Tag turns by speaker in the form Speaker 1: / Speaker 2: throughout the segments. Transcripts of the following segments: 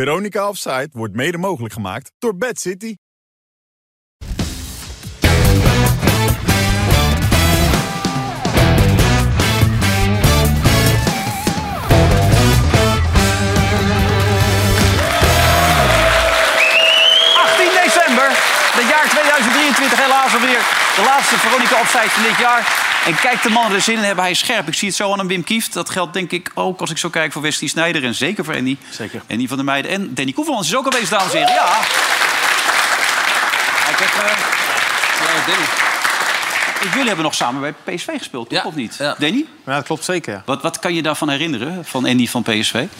Speaker 1: Veronica Offside wordt mede mogelijk gemaakt door Bad City.
Speaker 2: december, het jaar 2023, helaas alweer de laatste Veronica Opzij van dit jaar. En kijk, de mannen er zin in hebben, hij is scherp. Ik zie het zo aan een Wim Kieft. Dat geldt denk ik ook als ik zo kijk voor Westie Snijder en zeker voor Andy.
Speaker 3: Zeker.
Speaker 2: Andy van der Meijden en Danny Koevermans is ook aanwezig, dames en heren. Ja. Hij krijgt,
Speaker 3: eh, Ja, Danny.
Speaker 2: eh, jullie hebben nog samen bij PSV gespeeld, toch
Speaker 3: Ja,
Speaker 2: of niet?
Speaker 3: ja.
Speaker 2: Danny,
Speaker 4: Ja, dat klopt zeker. ja.
Speaker 2: wat, wat kan je daarvan herinneren, van Andy van PSV?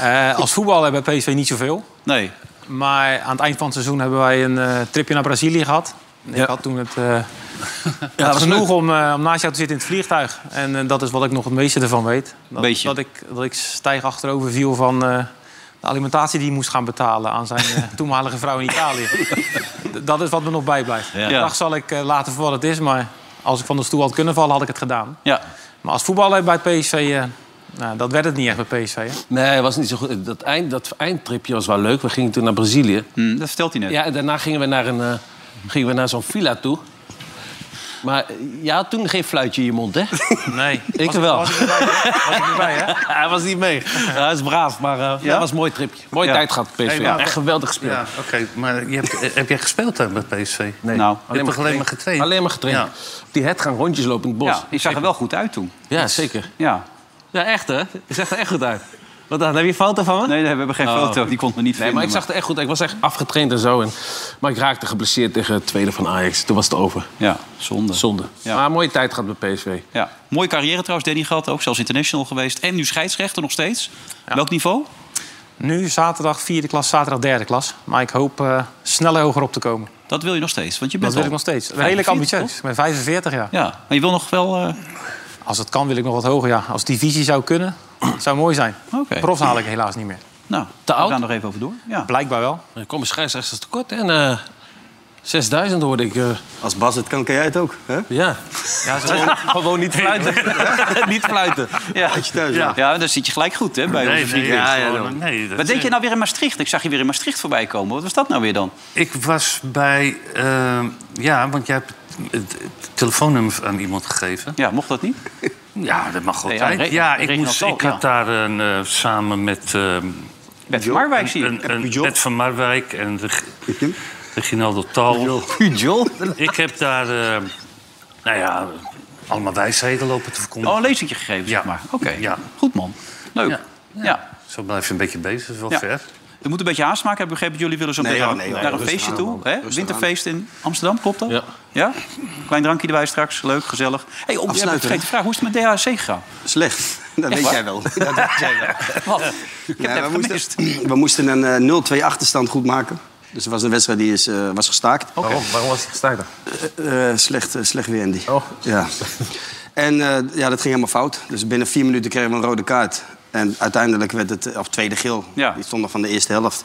Speaker 4: Eh, als voetballer bij PSV niet zoveel.
Speaker 2: Nee,
Speaker 4: Maar aan het eind van het seizoen hebben wij een eh, tripje naar Brazilië gehad.
Speaker 3: Ja.
Speaker 4: Ik had toen het, eh, het was genoeg om, eh, om naast jou te zitten in het vliegtuig. En eh, dat is wat ik nog het meeste ervan weet. Dat,
Speaker 2: Beetje.
Speaker 4: dat ik, dat ik stijg achterover viel van eh, de alimentatie die hij moest gaan betalen aan zijn eh, toenmalige vrouw in Italië. D- dat is wat me nog bijblijft.
Speaker 3: Ja.
Speaker 4: De dag zal ik eh, laten voor wat het is, maar als ik van de stoel had kunnen vallen, had ik het gedaan.
Speaker 2: ja.
Speaker 4: Maar als voetballer bij PSV, eh, nou, dat werd het niet echt bij PSV. hè.
Speaker 3: Nee, het was niet zo goed. Dat, eind, dat eindtripje was wel leuk. We gingen toen naar Brazilië.
Speaker 2: Hm, dat vertelt hij net.
Speaker 3: Ja, en daarna gingen we naar, een, eh, gingen we naar zo'n villa toe. Maar eh, je had toen geen fluitje in je mond, hè?
Speaker 4: Nee.
Speaker 3: Ik wel.
Speaker 4: Was ik erbij, hè? Was ik erbij, hè?
Speaker 3: Hij was niet mee. Hij is braaf, maar eh dat was een mooi tripje. Mooie
Speaker 2: Ja. nou,
Speaker 3: tijd gehad, PSV.
Speaker 5: Hey, maar-
Speaker 3: Echt geweldig gespeeld.
Speaker 5: Ja, oké. Maar je hebt, Eh, heb jij gespeeld dan met PSV? Nee.
Speaker 2: Nou,
Speaker 5: Je hebt toch alleen maar getraind?
Speaker 3: Alleen maar getraind.
Speaker 5: Ja.
Speaker 3: Op die hetgang rondjes lopen in het bos.
Speaker 2: ja, ik zag er wel goed uit toen.
Speaker 3: Ja, zeker.
Speaker 2: Ja.
Speaker 3: Ja, echt, hè? Je zag er echt goed uit. Wat dan? Heb je een foto van me?
Speaker 2: Nee, nee, we hebben geen
Speaker 3: Oh.
Speaker 2: foto, die kon me niet
Speaker 3: Nee,
Speaker 2: vinden.
Speaker 3: maar ik zag er echt goed uit. Ik was echt afgetraind en zo. En, maar ik raakte geblesseerd tegen het tweede van Ajax. Toen was het over.
Speaker 2: Ja, zonde.
Speaker 3: Zonde.
Speaker 2: Ja.
Speaker 3: Maar een mooie tijd gehad bij PSV.
Speaker 2: Ja. Mooie carrière trouwens, Danny gehad, ook zelfs international geweest. En nu scheidsrechter nog steeds. Welk niveau?
Speaker 4: Nu zaterdag vierde klas, zaterdag derde klas. Maar ik hoop eh sneller hoger op te komen.
Speaker 2: Dat wil je nog steeds, want je bent
Speaker 4: Dat wil ik
Speaker 2: al-
Speaker 4: nog steeds. Redelijk
Speaker 2: 45,
Speaker 4: ambitieus. Ik ben 45 jaar.
Speaker 2: Ja, maar je wil nog wel... eh,
Speaker 4: Als het kan wil ik nog wat hoger. Ja. Als divisie zou kunnen, zou mooi zijn.
Speaker 2: Oké.
Speaker 4: Profs haal ik helaas niet meer.
Speaker 2: nou,
Speaker 3: Te oud?
Speaker 2: We gaan nog even over door. Ja.
Speaker 4: Blijkbaar wel.
Speaker 3: Er komen scheidsrechters tekort. hè? En eh 6000 hoorde ik. eh,
Speaker 6: Als Bas het kan, kan jij het ook. Hè?
Speaker 3: ja.
Speaker 4: Ja, ze-
Speaker 3: Gewoon niet fluiten. niet fluiten.
Speaker 2: Ja.
Speaker 6: Als je thuis
Speaker 2: ja.
Speaker 6: bent.
Speaker 2: dan zit je gelijk goed hè, bij
Speaker 5: Nee,
Speaker 2: onze
Speaker 5: nee,
Speaker 2: vrienden.
Speaker 6: Ja,
Speaker 5: ja,
Speaker 6: ja,
Speaker 5: gewoon-
Speaker 6: dan-
Speaker 5: nee, dat- eh,
Speaker 2: Wat denk je nou weer in Maastricht? Ik zag je weer in Maastricht voorbij komen. Wat was dat nou weer dan?
Speaker 5: Ik was bij... eh, ja, want jij hebt het, het telefoonnummer aan iemand gegeven.
Speaker 2: Ja, mocht dat niet?
Speaker 5: Ja, dat mag
Speaker 2: Ja,
Speaker 5: altijd.
Speaker 2: re-
Speaker 5: Ja, ik,
Speaker 2: regionaal
Speaker 5: moest,
Speaker 2: tal,
Speaker 5: ik
Speaker 2: ja.
Speaker 5: had daar een, eh, samen met... eh,
Speaker 2: Bert van Marwijk zie je.
Speaker 5: een, een,
Speaker 6: Pujol.
Speaker 5: Ed van Marwijk en Reg- Reginaldo Tal.
Speaker 6: Joel?
Speaker 5: Ik heb daar, eh, nou ja, allemaal wijsheden lopen te
Speaker 2: Oh,
Speaker 5: verkondigen.
Speaker 2: een lezertje gegeven, zeg
Speaker 5: Ja.
Speaker 2: maar. Oké,
Speaker 5: Ja.
Speaker 2: goed man. Leuk.
Speaker 5: Ja.
Speaker 2: Ja.
Speaker 5: Zo blijf je een beetje bezig, dat is wel
Speaker 2: Ja.
Speaker 5: ver.
Speaker 2: Er moet een beetje haast maken, heb ik begrepen. Jullie willen zo
Speaker 6: Nee,
Speaker 2: meteen
Speaker 6: joh,
Speaker 2: naar-
Speaker 6: nee, joh.
Speaker 2: naar een
Speaker 6: Rustig
Speaker 2: feestje
Speaker 6: aan,
Speaker 2: toe.
Speaker 6: man.
Speaker 2: Hè?
Speaker 6: Rustig
Speaker 2: Winterfeest in Amsterdam, klopt dat?
Speaker 3: Ja.
Speaker 2: ja? Klein drankje erbij straks, leuk, gezellig. hey, om,
Speaker 6: Afsluiten,
Speaker 2: ik vergeet te vragen, hoe is het met DHC gegaan?
Speaker 6: Slecht. Dat weet
Speaker 2: waar?
Speaker 6: jij wel. Dat weet jij wel.
Speaker 2: Wat? Ik heb
Speaker 6: Ja,
Speaker 2: het
Speaker 6: we,
Speaker 2: even gemist.
Speaker 6: moesten, we moesten een eh, 0-2 achterstand goed maken. Dus er was een wedstrijd die is, eh, was gestaakt.
Speaker 3: Waarom, waarom was hij gestaakt dan?
Speaker 6: Eh, eh, slecht, eh, slecht weer, Andy.
Speaker 3: Oh.
Speaker 6: Ja. En eh, ja, dat ging helemaal fout. Dus binnen vier minuten kregen we een rode kaart. En uiteindelijk werd het, eh, of tweede geel.
Speaker 2: Ja.
Speaker 6: Die stond nog van de eerste helft.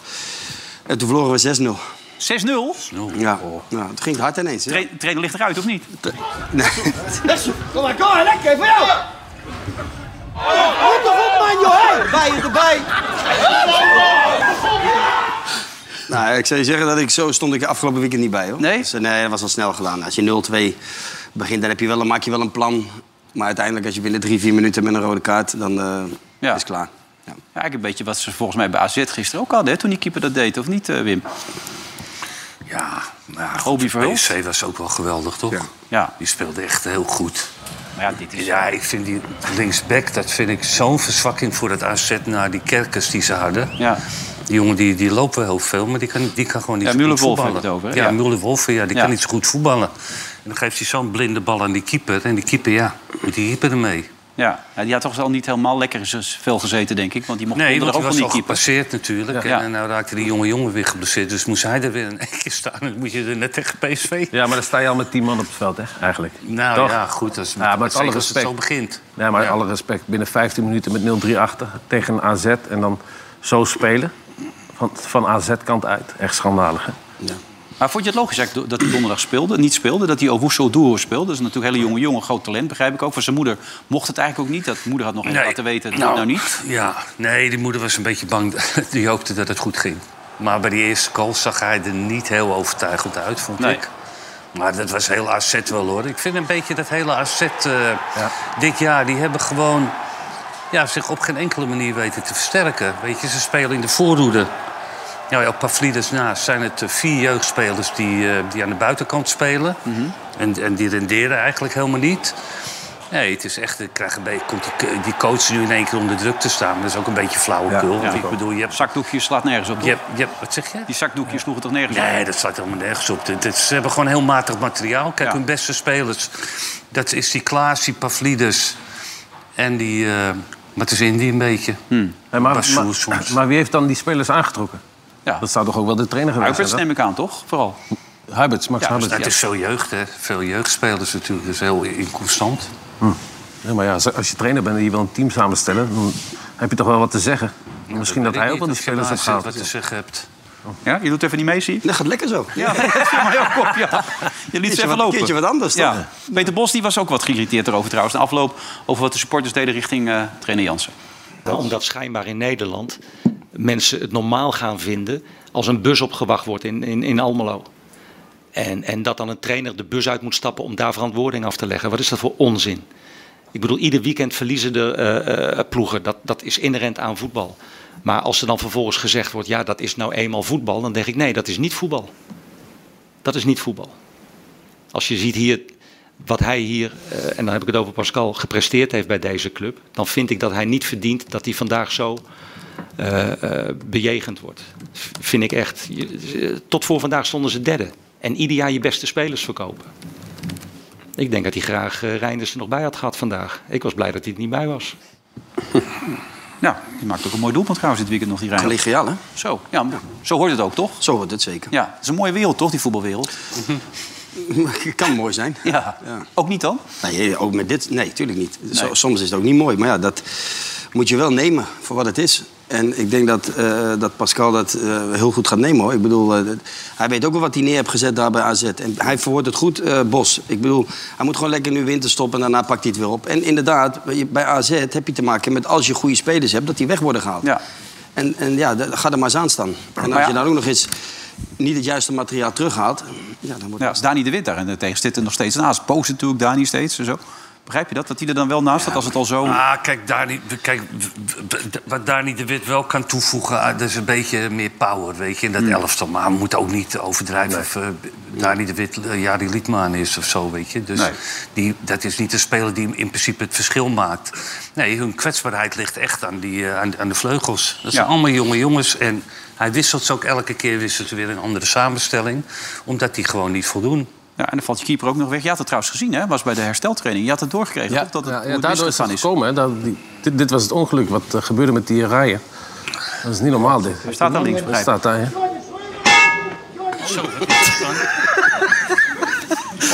Speaker 6: En toen verloren we
Speaker 2: 6-0?
Speaker 6: 6-0. Ja. Nou, het ging hard ineens. hè?
Speaker 2: Tra- Trainer ligt eruit, of niet?
Speaker 6: Nee.
Speaker 7: Kom maar, kom maar, lekker, voor jou! Houd toch op, man, joh! Hey, Bij je erbij!
Speaker 6: Nou, ik zou je zeggen dat ik zo stond ik afgelopen weekend niet bij, hoor.
Speaker 2: Nee?
Speaker 6: Dus, eh, nee, dat was al snel gedaan. Als je 0-2 begint, dan heb je wel, een- maak je wel een plan. Maar uiteindelijk, als je binnen drie, vier minuten met een rode kaart, dan eh,
Speaker 2: Ja.
Speaker 6: is het klaar. Ja.
Speaker 2: Eigenlijk een beetje wat ze volgens mij bij AZ gisteren ook hadden... Hè, toen die keeper dat deed, of niet, eh, Wim?
Speaker 5: Ja, nou ja,
Speaker 2: Obi
Speaker 5: goed,
Speaker 2: Verhulst.
Speaker 5: PSV was ook wel geweldig, toch?
Speaker 2: Ja,
Speaker 5: Die speelde echt heel goed.
Speaker 2: maar ja, dit is...
Speaker 5: Ja, ik vind die linksback, dat vind ik zo'n verzwakking voor het AZ naar die kerkers die ze hadden.
Speaker 2: Ja.
Speaker 5: Die jongen die, die loopt wel heel veel, maar die kan, die kan gewoon niet
Speaker 2: Ja,
Speaker 5: zo goed
Speaker 2: Müller-Wolf
Speaker 5: voetballen.
Speaker 2: heeft het over, hè?
Speaker 5: Ja,
Speaker 2: Ja.
Speaker 5: Müller-Wolf, ja, die
Speaker 2: Ja.
Speaker 5: kan niet zo goed voetballen. En dan geeft hij zo'n blinde bal aan die keeper. En die keeper, ja, moet die keeper ermee.
Speaker 2: Ja. ja, die had toch al niet helemaal lekker z- veel gezeten, denk ik. Want die mocht
Speaker 5: Nee,
Speaker 2: onder
Speaker 5: want
Speaker 2: er
Speaker 5: die
Speaker 2: ook
Speaker 5: was
Speaker 2: van
Speaker 5: al
Speaker 2: niet keeper.
Speaker 5: gepasseerd natuurlijk.
Speaker 2: Ja.
Speaker 5: En, eh, nou raakte die jonge jongen weer geblesseerd. Dus moest hij er weer een enkele staan. Dan moet je er net tegen PSV.
Speaker 3: Ja, maar dan sta je al met 10 man op het veld, hè? Eigenlijk.
Speaker 5: Nou
Speaker 3: Toch?
Speaker 5: ja, goed. Dat is
Speaker 3: Ja, maar met alle
Speaker 5: zeker als
Speaker 3: respect.
Speaker 5: het zo begint.
Speaker 3: Ja, maar alle respect. Binnen 15 minuten met 0-3 achter tegen een AZ en dan zo spelen. Van, van AZ-kant uit. Echt schandalig, hè?
Speaker 6: Ja.
Speaker 2: Maar vond je het logisch eigenlijk do- dat hij donderdag speelde, niet speelde? Dat hij Owusu Duo speelde? Dat is natuurlijk een hele jonge jongen, groot talent, begrijp ik ook. Van zijn moeder mocht het eigenlijk ook niet. Dat moeder had nog even laten weten, dat nou, nou niet.
Speaker 5: Ja, nee, die moeder was een beetje bang. Die hoopte dat het goed ging. Maar bij die eerste goal zag hij er niet heel overtuigend uit, vond
Speaker 2: Nee.
Speaker 5: ik. Maar dat was heel AZ wel, hoor. Ik vind een beetje dat hele AZ eh, dit jaar... die hebben gewoon ja, zich op geen enkele manier weten te versterken. Weet je, ze spelen in de voorhoede. Nou ja, op Pavlidis naast zijn het eh, vier jeugdspelers die, eh, die aan de buitenkant spelen.
Speaker 3: Mhm.
Speaker 5: en, en die renderen eigenlijk helemaal niet. Nee, het is echt, ik krijg een beetje, komt die, die coach nu in één keer onder druk te staan. Dat is ook een beetje flauwekul. want ik bedoel, je hebt,
Speaker 2: Zakdoekje slaat nergens op.
Speaker 5: je
Speaker 2: toch?
Speaker 5: hebt, je hebt- wat zeg je?
Speaker 2: Die zakdoekjes sloegen toch nergens op?
Speaker 5: Nee, dat staat helemaal nergens op. Dit- dit- ze hebben gewoon heel matig materiaal. Kijk,
Speaker 2: Ja.
Speaker 5: hun beste spelers, dat is die Klaas, die Pavlidis en die eh Matezindi een beetje.
Speaker 2: Hm.
Speaker 3: Nee, maar,
Speaker 5: Bassoer
Speaker 3: maar-
Speaker 5: soms.
Speaker 3: maar wie heeft dan die spelers aangetrokken?
Speaker 2: Ja.
Speaker 3: Dat zou toch ook wel de trainer geweest
Speaker 2: Huiberts
Speaker 3: zijn?
Speaker 2: neem ik aan, toch? Vooral.
Speaker 3: hè? Huiberts, Max
Speaker 2: Ja,
Speaker 3: Huiberts.
Speaker 5: Nou, Het is veel jeugd, hè. Veel jeugdspelers natuurlijk. Dat is heel inconstant.
Speaker 3: Hm. Ja, maar ja, als- als je trainer bent en je wil een team samenstellen... dan heb je toch wel wat te zeggen. Misschien dat,
Speaker 5: Weet
Speaker 3: hij
Speaker 5: ik
Speaker 3: ook wel
Speaker 5: niet
Speaker 3: die
Speaker 5: of je
Speaker 3: spelers
Speaker 5: daar
Speaker 3: heeft
Speaker 5: zit wat
Speaker 3: gehaald.
Speaker 5: te zeggen hebt.
Speaker 2: Ja, je doet even niet mee, zie ik.
Speaker 6: Dat gaat lekker zo.
Speaker 2: Ja, nee, dat viel mij ook op, ja. Je liet
Speaker 6: Keertje
Speaker 2: ze even
Speaker 6: wat-
Speaker 2: lopen.
Speaker 6: keertje wat anders, toch?
Speaker 2: Ja. Peter Bos die was ook wat geïrriteerd erover trouwens. De afloop over wat de supporters deden richting eh, trainer Jansen.
Speaker 8: Omdat schijnbaar in Nederland mensen het normaal gaan vinden als een bus opgewacht wordt in, in, in Almelo. En, en dat dan een trainer de bus uit moet stappen om daar verantwoording af te leggen. Wat is dat voor onzin? Ik bedoel, ieder weekend verliezen de eh, eh, ploegen. Dat, dat is inherent aan voetbal. Maar als er dan vervolgens gezegd wordt, ja, dat is nou eenmaal voetbal, dan denk ik, nee, dat is niet voetbal. Dat is niet voetbal. Als je ziet hier wat hij hier, eh, en dan heb ik het over Pascal, gepresteerd heeft bij deze club, dan vind ik dat hij niet verdient dat hij vandaag zo eh, eh, bejegend wordt. V- Vind ik echt. Je- eh, Tot voor vandaag stonden ze derde. En ieder jaar je beste spelers verkopen. Ik denk dat hij graag eh, Reinders er nog bij had gehad vandaag. Ik was blij dat hij er niet bij was.
Speaker 2: Nou, die maakt ook een mooi doelpunt trouwens dit weekend nog, die Rijn.
Speaker 6: Collegiaal, hè?
Speaker 2: Zo, ja, zo hoort het ook, toch?
Speaker 6: Zo wordt het zeker. Mhm.
Speaker 2: Ja, het is een mooie wereld, toch, die voetbalwereld?
Speaker 6: Het kan mooi zijn.
Speaker 2: Ja. Ook niet dan?
Speaker 6: Nee, eh, ook met dit? Nee, tuurlijk niet. Zo- soms is het ook niet mooi. Maar ja, dat moet je wel nemen voor wat het is. En ik denk dat, eh, dat Pascal dat eh, heel goed gaat nemen, hoor. Ik bedoel, eh, dat- hij weet ook wel wat hij neer heeft gezet daar bij AZ. En hij verwoordt het goed, eh, Bos. Ik bedoel, hij moet gewoon lekker nu winter stoppen en daarna pakt hij het weer op. En inderdaad, bij- bij AZ heb je te maken met als je goede spelers hebt... dat die weg worden gehaald.
Speaker 2: Ja.
Speaker 6: En, en ja, dat- ga er maar eens aan staan. En
Speaker 2: Maar
Speaker 6: als
Speaker 2: ja.
Speaker 6: je dan ook nog eens niet het juiste materiaal terughaalt... Ja, dan wordt
Speaker 2: Ja, is Dani de Wit daar en eh, tegen zit er nog steeds nou, naast. Poos natuurlijk Dani steeds en zo. Begrijp je dat? Dat hij er dan wel naast staat als het al zo...
Speaker 5: Ah, kijk, Dani, kijk, w- w- wat Dani de Wit wel kan toevoegen... ah, dat is een beetje meer power, weet je, in dat
Speaker 2: Hmm.
Speaker 5: elftal. Maar we moeten ook niet overdrijven of eh, Dani de Wit eh, Jari Liedman is of zo, weet je. Dus
Speaker 2: Nee.
Speaker 5: die, dat is niet de speler die in principe het verschil maakt. Nee, hun kwetsbaarheid ligt echt aan, die, eh, aan, aan de vleugels. Dat zijn
Speaker 2: Ja.
Speaker 5: allemaal jonge jongens en... Hij wisselt ze ook elke keer wisselt ze weer een andere samenstelling. Omdat die gewoon niet voldoen.
Speaker 2: Ja, en dan valt je keeper ook nog weg. Je had het trouwens gezien, hè? Was bij de hersteltraining. Je had het doorgekregen, toch? Dat het, hoe het
Speaker 3: daardoor is
Speaker 2: misgegaan
Speaker 3: het gekomen. Hè? Dat, die- dit, dit was het ongeluk wat eh, gebeurde met die rijen. Dat is niet normaal, dit.
Speaker 2: Hij staat daar links,
Speaker 3: Dat
Speaker 2: begrijp ik.
Speaker 3: staat daar, hè?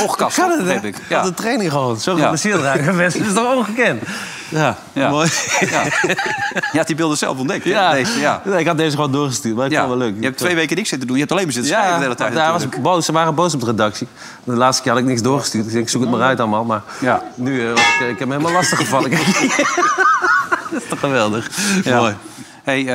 Speaker 2: Oogkast,
Speaker 3: Kan het, hè?
Speaker 2: begreep ik. Ja.
Speaker 3: Wat een training gewoon. Zo
Speaker 2: Ja.
Speaker 3: geblesseerd raken mensen. Dat is toch ongekend? Ja,
Speaker 2: Ja.
Speaker 3: mooi.
Speaker 2: Ja. Je had die beelden zelf ontdekt. hè?
Speaker 3: Ja.
Speaker 2: Deze, ja.
Speaker 3: Nee, ik had deze gewoon doorgestuurd, maar ik
Speaker 2: Ja.
Speaker 3: vond het wel leuk.
Speaker 2: Je hebt twee weken niks zitten doen. Je hebt alleen maar zitten schrijven
Speaker 3: ja,
Speaker 2: de hele tijd.
Speaker 3: daar was
Speaker 2: natuurlijk.
Speaker 3: boos, ze waren boos op de redactie. De laatste keer had ik niks doorgestuurd. Dus ik, denk, ik zoek het maar uit allemaal. Maar
Speaker 2: Ja.
Speaker 3: nu, eh, was ik, ik heb me helemaal lastig gevallen. Kijk. dat is toch geweldig.
Speaker 2: Ja.
Speaker 3: Mooi.
Speaker 2: Hey, eh,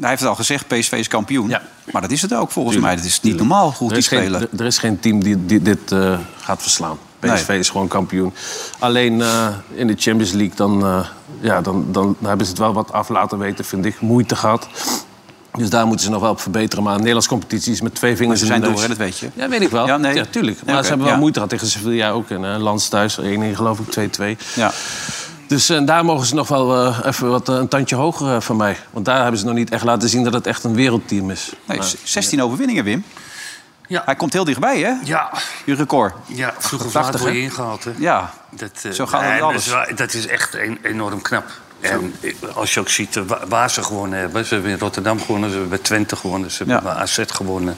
Speaker 2: hij heeft het al gezegd, PSV is kampioen.
Speaker 3: Ja.
Speaker 2: Maar dat is het ook volgens mij. Dat is niet normaal hoe goed
Speaker 3: Er
Speaker 2: die
Speaker 3: is, geen,
Speaker 2: spelen.
Speaker 3: er- er is geen team die, die dit eh, gaat verslaan. PSV
Speaker 2: Nee.
Speaker 3: is gewoon kampioen. Alleen eh, in de Champions League dan, eh, ja, dan, dan hebben ze het wel wat af laten weten, vind ik. Moeite gehad. Dus daar moeten ze nog wel op verbeteren. Maar in de Nederlandse competitie is met twee vingers
Speaker 2: Ze
Speaker 3: in de
Speaker 2: zijn door,
Speaker 3: neus.
Speaker 2: hè, dat weet je.
Speaker 3: Ja, weet ik wel.
Speaker 2: Ja,
Speaker 3: Ja,
Speaker 2: nee.
Speaker 3: tuurlijk.
Speaker 2: Ja,
Speaker 3: Maar
Speaker 2: oké,
Speaker 3: ze hebben wel
Speaker 2: ja.
Speaker 3: moeite gehad tegen Sevilla ook. En eh, Lans thuis, 1-1 geloof ik, 2-2.
Speaker 2: Ja.
Speaker 3: Dus eh, daar mogen ze nog wel eh, even wat, eh, een tandje hoger eh, van mij. Want daar hebben ze nog niet echt laten zien dat het echt een wereldteam is.
Speaker 2: Nee, 16 overwinningen, Wim.
Speaker 5: Ja.
Speaker 2: Hij komt heel dichtbij, hè?
Speaker 5: Ja,
Speaker 2: Je record.
Speaker 5: ja vroeger
Speaker 3: 88,
Speaker 5: of laat word je
Speaker 3: hè?
Speaker 5: ingehaald, hè?
Speaker 2: Ja.
Speaker 5: Dat, eh,
Speaker 2: Zo gaat het
Speaker 5: nee,
Speaker 2: met
Speaker 5: maar
Speaker 2: alles.
Speaker 5: dat is wel- Dat is echt een- enorm knap. En eh, als je ook ziet eh, wa- waar ze gewonnen hebben. Ze hebben in Rotterdam gewonnen, ze hebben bij Twente gewonnen, ze hebben
Speaker 2: Ja.
Speaker 5: bij AZ gewonnen.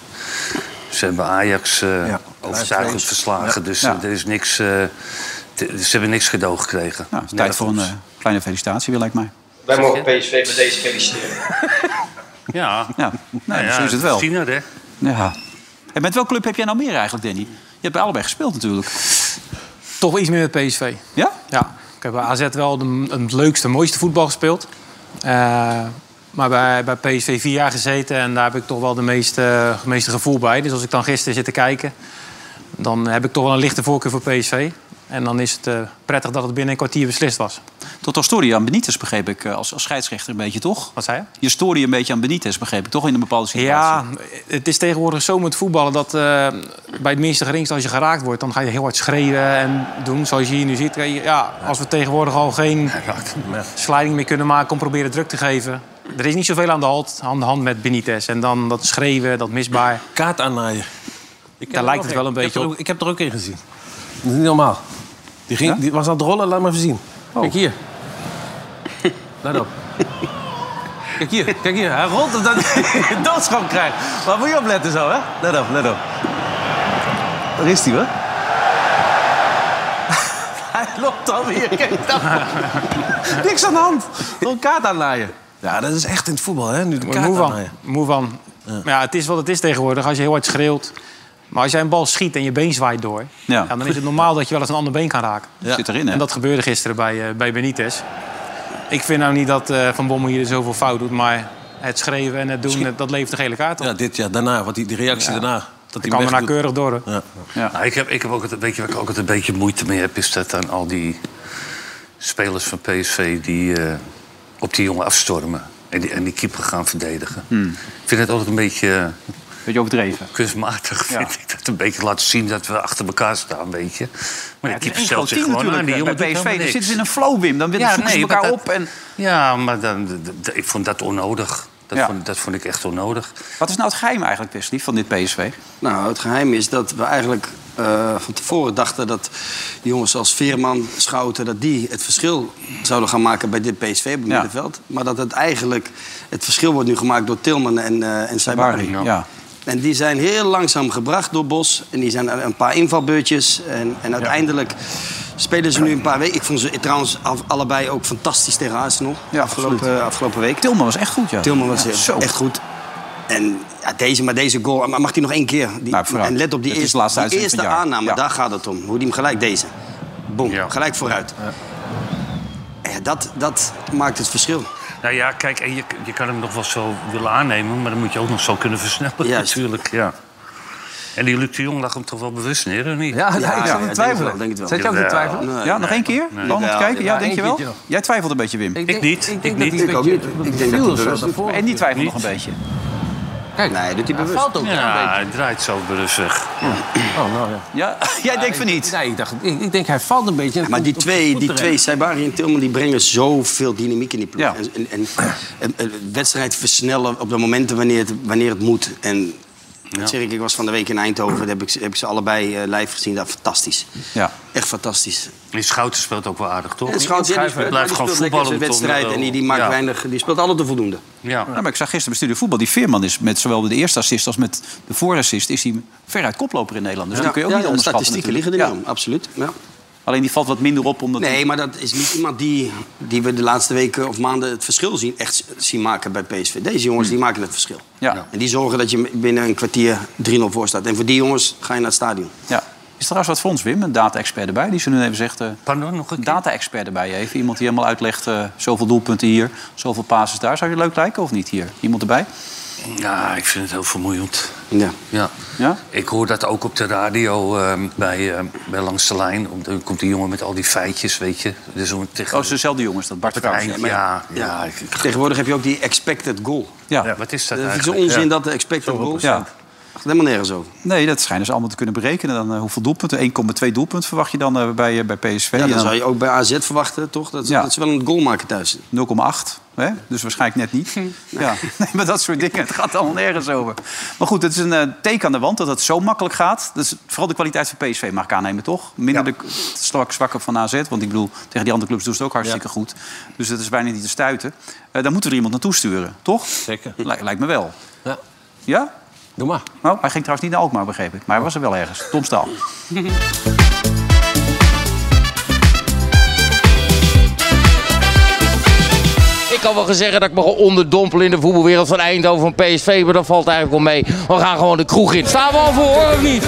Speaker 5: Ze hebben Ajax eh overtuigend verslagen. Dus
Speaker 2: Ja.
Speaker 5: eh, er is niks, eh, te- ze hebben niks gedoog gekregen.
Speaker 2: Nou, het is tijd voor een
Speaker 5: Nergens.
Speaker 2: eh, kleine felicitatie, weer lijkt mij.
Speaker 9: Wij mogen PSV met deze feliciteren.
Speaker 5: Ja,
Speaker 2: Ja, nou,
Speaker 5: Nou ja,
Speaker 2: zo is het wel.
Speaker 5: Tiener, hè?
Speaker 2: Ja. En met welke club heb jij nou meer eigenlijk, Danny? Je hebt bij allebei gespeeld natuurlijk.
Speaker 4: Toch iets meer met PSV.
Speaker 2: Ja?
Speaker 4: Ja, ik heb bij AZ wel de, het leukste, mooiste voetbal gespeeld. Eh, maar bij, bij PSV vier jaar gezeten en daar heb ik toch wel de meeste, meeste gevoel bij. Dus als ik dan gisteren zit te kijken, dan heb ik toch wel een lichte voorkeur voor PSV. En dan is het eh, prettig dat het binnen een kwartier beslist was.
Speaker 2: Tot als story aan Benitez begreep ik eh, als, als scheidsrechter een beetje, toch?
Speaker 4: Wat zei je?
Speaker 2: Je story een beetje aan Benitez begreep ik, toch? In een bepaalde situatie.
Speaker 4: Ja, het is tegenwoordig zo met voetballen dat eh, bij het minste geringste als je geraakt wordt, dan ga je heel hard schreeuwen en doen zoals je hier nu ziet. Ja, als we tegenwoordig al geen slijding meer kunnen maken om proberen druk te geven. Er is niet zoveel aan de hand, aan de hand met Benitez. En dan dat schreeuwen, dat misbaar.
Speaker 3: Kaart aannaaien.
Speaker 4: Daar lijkt het wel een beetje op.
Speaker 3: Ik heb er ook in gezien. Dat is niet normaal. Die, ging, die was aan het rollen, laat maar even zien. Kijk hier. Let op. Kijk hier, kijk hier. Hij rolt omdat hij een doodschap krijgt. Maar moet je opletten zo, hè? Let op, let op. Daar is hij, hoor. Hij loopt alweer. Kijk, dat... Niks aan de hand. Gewoon kaart aanlaaien. Ja, dat is echt in het voetbal, hè? Nu de
Speaker 4: Moet je
Speaker 3: kaart
Speaker 4: Moe van.
Speaker 3: aanlaaien.
Speaker 4: Moe van. Maar ja, het is wat het is tegenwoordig als je heel hard schreeuwt. Maar als jij een bal schiet en je been zwaait door...
Speaker 2: Ja.
Speaker 4: Ja. dan is het normaal dat je wel eens een ander been kan raken.
Speaker 2: Dat Zit erin, hè?
Speaker 4: En dat gebeurde gisteren bij, eh, bij Benitez. Ik vind nou niet dat eh, Van Bommel hier zoveel fout doet, maar het schreeuwen en het doen, het- dat levert de gele kaart op.
Speaker 3: Ja, dit, ja, daarna. Wat die, die reactie daarna. Dat
Speaker 4: ik
Speaker 3: hij
Speaker 4: kwam er
Speaker 3: hem
Speaker 4: nou
Speaker 3: wegdoet.
Speaker 4: keurig door. hoor.
Speaker 3: Ja.
Speaker 2: eh,
Speaker 5: Nou, ik heb, ik heb ook het, weet je waar ik ook altijd een beetje moeite mee heb, is dat aan al die spelers van PSV die eh, op die jongen afstormen en die, en die keeper gaan verdedigen.
Speaker 2: Hmm.
Speaker 5: Ik vind het altijd een beetje eh,
Speaker 2: Beetje overdreven.
Speaker 5: kunstmatig. Vind ik dat een beetje laten zien dat we achter elkaar staan, weet je. Maar de
Speaker 2: Het is
Speaker 5: keeper
Speaker 2: één
Speaker 5: stelt
Speaker 2: groot
Speaker 5: zich
Speaker 2: team
Speaker 5: gewoon
Speaker 2: natuurlijk eh,
Speaker 5: aan. Die
Speaker 2: bij PSV.
Speaker 5: jongen doet helemaal
Speaker 2: Dan
Speaker 5: niks.
Speaker 2: zitten ze in een flow, Wim. Dan
Speaker 5: Ja,
Speaker 2: zoeken ze
Speaker 5: nee,
Speaker 2: elkaar
Speaker 5: maar dat-
Speaker 2: op. En
Speaker 5: Ja, maar dan, d- d- ik vond dat onnodig. Dat,
Speaker 2: Ja.
Speaker 5: vond, dat vond ik echt onnodig.
Speaker 2: wat is nou het geheim eigenlijk, Wesley, van dit PSV?
Speaker 6: Nou, het geheim is dat we eigenlijk eh, van tevoren dachten dat jongens als Veerman, Schouten, dat die het verschil zouden gaan maken bij dit PSV, bij middenveld. Maar dat het eigenlijk het verschil wordt nu gemaakt door Tilman en, eh en Saibari.
Speaker 2: Ja.
Speaker 6: En die zijn heel langzaam gebracht door Bos. En die zijn een paar invalbeurtjes. En, en uiteindelijk spelen ze nu een paar weken. Ik vond ze trouwens af- allebei ook fantastisch tegen Arsenal.
Speaker 2: Ja,
Speaker 6: afgelopen, afgelopen week.
Speaker 2: Tilman was echt goed, ja.
Speaker 6: Tilman was
Speaker 2: Ja, zo.
Speaker 6: echt goed. En ja, deze, maar deze goal, maar mag die nog één keer? Die,
Speaker 2: Nou, vooruit.
Speaker 6: en let op die,
Speaker 2: Het is
Speaker 6: eerste-
Speaker 2: de laatste
Speaker 6: die
Speaker 2: uitzending
Speaker 6: eerste
Speaker 2: van het jaar.
Speaker 6: aanname,
Speaker 2: Ja.
Speaker 6: daar gaat het om. Hoe die hem gelijk deze. Boom,
Speaker 5: Ja.
Speaker 6: gelijk vooruit. Ja. dat, dat maakt het verschil.
Speaker 5: Nou ja, kijk, en je, je kan hem nog wel zo willen aannemen... maar dan moet je ook nog zo kunnen versnellen
Speaker 6: Juist.
Speaker 5: natuurlijk. Ja. En die Luc de Jong lag hem toch wel bewust neer, of niet?
Speaker 3: Ja,
Speaker 6: ja,
Speaker 3: ik zat
Speaker 6: ja, denk
Speaker 3: te
Speaker 6: het wel, denk het
Speaker 3: twijfelen.
Speaker 6: wel.
Speaker 3: Zet je ook te
Speaker 5: Jawel.
Speaker 3: twijfelen?
Speaker 6: Nee,
Speaker 2: Ja, nog één keer? Dan om te kijken? Ja,
Speaker 3: Ja,
Speaker 2: denk je
Speaker 3: één
Speaker 2: wel?
Speaker 3: keertje nog.
Speaker 2: Jij twijfelt een beetje, Wim.
Speaker 5: Ik niet. Ik niet.
Speaker 6: Ik ook niet. Ik denk dat hij bewust-
Speaker 2: En die twijfelt nog een beetje.
Speaker 3: Kijk,
Speaker 6: Nee, doet hij bewust.
Speaker 3: valt ook
Speaker 5: Ja,
Speaker 3: een
Speaker 5: hij draait zo rustig.
Speaker 3: beetje. Oh, nou, ja.
Speaker 2: Ja? Jij denkt van niet.
Speaker 3: Nee, ik, dacht, ik, ik denk hij valt een beetje.
Speaker 6: Maar die twee, die twee Saibari en Tilman, die brengen zoveel dynamiek in die ploeg.
Speaker 2: Ja.
Speaker 6: En, en, en, en- en wedstrijd versnellen op de momenten wanneer het, wanneer het moet. En dat zeg ik, ik was van de week in Eindhoven, daar heb ik, ze- heb ik ze allebei eh live gezien. Dat, fantastisch.
Speaker 2: Ja.
Speaker 6: Echt fantasch.
Speaker 5: Die Schouten speelt ook wel aardig, toch?
Speaker 6: En Schouten ja, die speelt, maar
Speaker 5: blijft
Speaker 6: die
Speaker 5: gewoon
Speaker 6: speelt lekker
Speaker 5: voetballen.
Speaker 6: zijn wedstrijd en die, die maakt weinig, die speelt altijd de voldoende.
Speaker 5: Ja.
Speaker 2: Nou, maar ik zag gisteren bij Studio Voetbal, die Veerman is met zowel de eerste assist als met de voorassist... is hij veruit koploper in Nederland. Dus
Speaker 6: Ja,
Speaker 2: die kun je ook
Speaker 6: ja,
Speaker 2: niet
Speaker 6: de
Speaker 2: onderschatten.
Speaker 6: statistieken liggen er
Speaker 2: natuurlijk.
Speaker 6: niet om, absoluut. Ja.
Speaker 2: Ja. Alleen die valt wat minder op omdat...
Speaker 6: Nee, maar dat is niet iemand die, die we de laatste weken of maanden het verschil zien, echt zien maken bij PSV. Deze jongens
Speaker 2: Hmm.
Speaker 6: die maken het verschil.
Speaker 2: Ja.
Speaker 6: En die zorgen dat je binnen een kwartier 3-0 voor staat. En voor die jongens ga je naar het stadion.
Speaker 2: Ja. Is er trouwens wat voor ons, Wim, een data-expert erbij? Die ze nu even zegt... eh,
Speaker 5: Pardon, nog een
Speaker 2: een
Speaker 5: keer?
Speaker 2: data-expert erbij even. Iemand die helemaal uitlegt, eh, zoveel doelpunten hier, zoveel passes daar. Zou je leuk lijken of niet hier? Iemand erbij?
Speaker 5: Ja, ik vind het heel vermoeiend.
Speaker 6: Ja.
Speaker 5: Ja.
Speaker 2: Ja?
Speaker 5: Ik hoor dat ook op de radio ehm, bij, ehm, bij Langs de Lijn. Om- Dan komt die jongen met al die feitjes, weet je. Dus zo'n tegen...
Speaker 2: Oh, het is dezelfde jongens, dat Bart Kous.
Speaker 5: ja, ja, ja, ik- ik-
Speaker 6: Tegenwoordig heb je ook die expected goal.
Speaker 2: Ja.
Speaker 5: ja, Wat is dat
Speaker 6: Het is
Speaker 5: eigenlijk?
Speaker 6: onzin
Speaker 5: Ja.
Speaker 6: dat de expected goal
Speaker 2: Ja.
Speaker 6: staat. Gaat helemaal nergens over.
Speaker 2: Nee, dat schijnen ze allemaal te kunnen berekenen. Dan, eh, hoeveel doelpunten? 1,2 doelpunten verwacht je dan eh, bij, eh, bij PSV.
Speaker 6: Ja,
Speaker 2: En
Speaker 6: dan
Speaker 2: dan
Speaker 6: zou je ook bij AZ verwachten, toch? Dat, ze-
Speaker 2: Ja.
Speaker 6: dat ze wel een goal maken thuis.
Speaker 2: 0,8. Hè? Dus waarschijnlijk net niet. Ja. Nee, maar dat soort dingen, het gaat allemaal nergens over. Maar goed, het is een eh, teken aan de wand dat het zo makkelijk gaat. Dat is vooral de kwaliteit van PSV mag ik aannemen, toch? Minder de zwak, zwakke van AZ. Want ik bedoel, tegen die andere clubs doen ze het ook hartstikke goed. Dus dat is bijna niet te stuiten. Eh, dan moeten we er iemand naartoe sturen, toch?
Speaker 3: Zeker.
Speaker 2: Lij- lijkt me wel.
Speaker 3: Ja.
Speaker 2: Ja?
Speaker 3: Doe maar.
Speaker 2: Nou, hij ging trouwens niet naar Alkmaar, begreep ik. Maar hij was er wel ergens. Tom Staal.
Speaker 9: Ik kan wel gaan zeggen dat ik me gewoon onderdompel in de voetbalwereld van Eindhoven, van PSV. Maar dat valt eigenlijk wel mee. We gaan gewoon de kroeg in. Staan we al voor, hoor, of niet?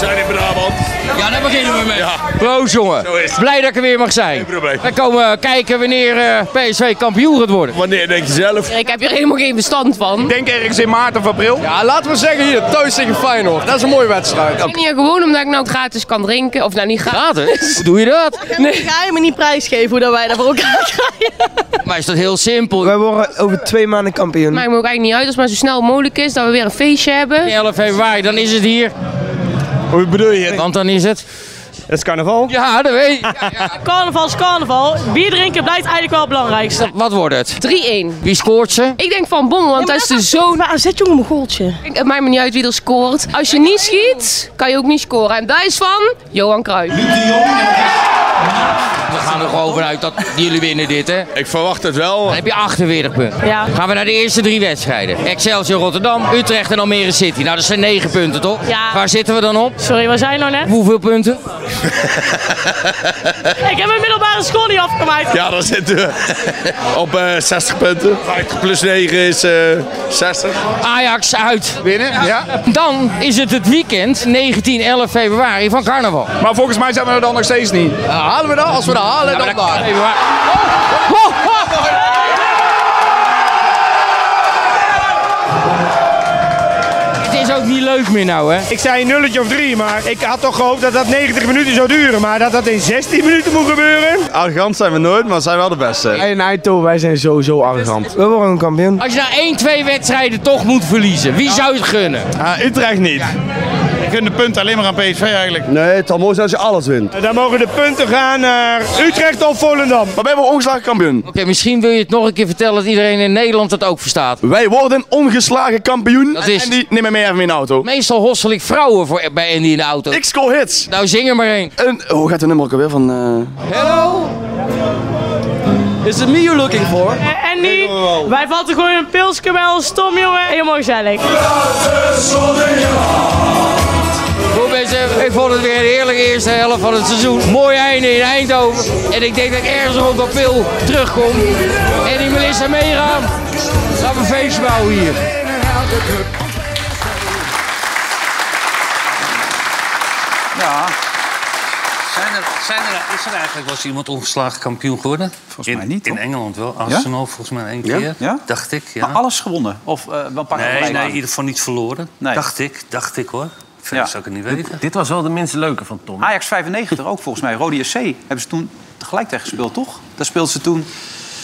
Speaker 10: Zijn in Brabant.
Speaker 9: Ja, daar beginnen we mee. Proost, jongen. Blij dat ik er weer mag zijn.
Speaker 10: probleem.
Speaker 9: We komen kijken wanneer eh, PSV kampioen gaat worden.
Speaker 10: Wanneer denk je zelf?
Speaker 11: Ik heb hier helemaal geen bestand van. Ik
Speaker 10: Denk ergens in maart of april.
Speaker 12: Ja, laten we zeggen hier, thuis tegen Feyenoord. Dat is een mooie wedstrijd.
Speaker 11: ben hier gewoon omdat ik nou gratis kan drinken. Of nou niet
Speaker 9: Gratis? Hoe doe je dat?
Speaker 11: Ga je me niet prijsgeven hoe dat wij dat voor elkaar krijgen?
Speaker 9: Maar is dat heel simpel?
Speaker 12: Wij worden over twee maanden kampioen.
Speaker 11: Maakt me ook eigenlijk niet uit als het maar zo snel mogelijk is dat we weer een feestje hebben.
Speaker 9: 11 februari, dan is het hier.
Speaker 12: Hoe bedoel je het?
Speaker 9: Want dan is het...
Speaker 12: Het is carnaval.
Speaker 9: Ja, dat weet ik.
Speaker 11: Carnaval is carnaval. Bier drinken blijft eigenlijk wel het belangrijkste.
Speaker 9: Wat wordt het?
Speaker 11: 3-1.
Speaker 9: Wie scoort ze?
Speaker 11: Ik denk van Bommel, want dat is de zoon. Maar zet jongen een goaltje. Het maakt me niet uit wie er scoort. Als je niet schiet, kan je ook niet scoren. En dat is van Johan Cruijff.
Speaker 9: We gaan er gewoon vanuit dat jullie winnen dit, hè?
Speaker 10: Ik verwacht het wel.
Speaker 9: Dan heb je 48 punten.
Speaker 11: Ja.
Speaker 9: Gaan we naar de eerste drie wedstrijden. Excelsior Rotterdam, Utrecht en Almere City. Nou, dat zijn 9 punten, toch?
Speaker 11: Ja.
Speaker 9: Waar zitten we dan op?
Speaker 11: Sorry, waar zijn nou net?
Speaker 9: Hoeveel punten?
Speaker 11: Ik heb mijn middelbare school niet afgemaakt.
Speaker 10: Ja, dan zitten we op eh, 60 punten. 50 plus 9 is eh, 60.
Speaker 9: Ajax uit.
Speaker 10: Winnen, ja.
Speaker 9: Dan is het het weekend 19-11 februari van carnaval.
Speaker 12: Maar volgens mij zijn we er dan nog steeds niet. halen we dat? Als we dat halen, dan daar.
Speaker 9: Het is ook niet leuk meer nou, hè?
Speaker 12: Ik zei een nulletje of drie, maar ik had toch gehoopt dat dat 90 minuten zou duren. Maar dat dat in 16 minuten moet gebeuren.
Speaker 10: Arrogant zijn we nooit, maar zijn wel de beste.
Speaker 12: Hey, Naito, wij zijn sowieso arrogant. We worden een kampioen.
Speaker 9: Als je nou 1, 2 wedstrijden toch moet verliezen, wie zou je het gunnen?
Speaker 10: Utrecht niet. Ik gun de punten alleen maar aan PSV eigenlijk. Nee, het zal mooi zijn als je alles wint. Maar
Speaker 12: Dan mogen de punten gaan naar Utrecht of Volendam.
Speaker 10: we hebben ongeslagen kampioen.
Speaker 9: Oké, misschien wil je het nog een keer vertellen dat iedereen in Nederland dat ook verstaat.
Speaker 10: Wij worden ongeslagen kampioen.
Speaker 9: Dat
Speaker 10: En
Speaker 9: is-
Speaker 10: Andy, neem me mee even in de auto.
Speaker 9: Meestal hossel ik vrouwen voor, bij Andy in de auto.
Speaker 10: Ik score hits.
Speaker 9: Nou, zing er maar één.
Speaker 10: En, hoe gaat de nummer ook alweer van... eh,
Speaker 9: Hello?
Speaker 12: Is it me you're looking for?
Speaker 11: En die, Eh, wij vatten gewoon een pilsje bij ons, stom jongen. Helemaal gezellig.
Speaker 9: Goed mensen, ik vond het weer een heerlijke eerste helft van het seizoen. Mooi einde in Eindhoven. En ik denk dat ik ergens nog op Pil terugkom. En die Melissa meegaan. Laten we een feest bouwen hier.
Speaker 2: Ja,
Speaker 5: Zijn er, zijn er, is er eigenlijk wel eens iemand ongeslagen kampioen geworden?
Speaker 2: Volgens
Speaker 5: in,
Speaker 2: mij niet,
Speaker 5: In
Speaker 2: toch?
Speaker 5: Engeland wel. Arsenal volgens mij één keer.
Speaker 2: Ja?
Speaker 5: Dacht ik, ja.
Speaker 2: maar alles gewonnen. Of eh, wel een paar keer
Speaker 5: nee, nee,
Speaker 2: gelijk
Speaker 5: in
Speaker 2: aan.
Speaker 5: ieder geval niet verloren.
Speaker 2: Nee.
Speaker 5: Dacht ik, dacht ik hoor. Verder
Speaker 2: Ja.
Speaker 5: zou ik het niet weten.
Speaker 3: Dit was wel de minst leuke van Tom.
Speaker 2: Ajax 95 ook volgens mij. Rode SC hebben ze toen tegelijk tegen gespeeld, toch? Daar speelden ze toen...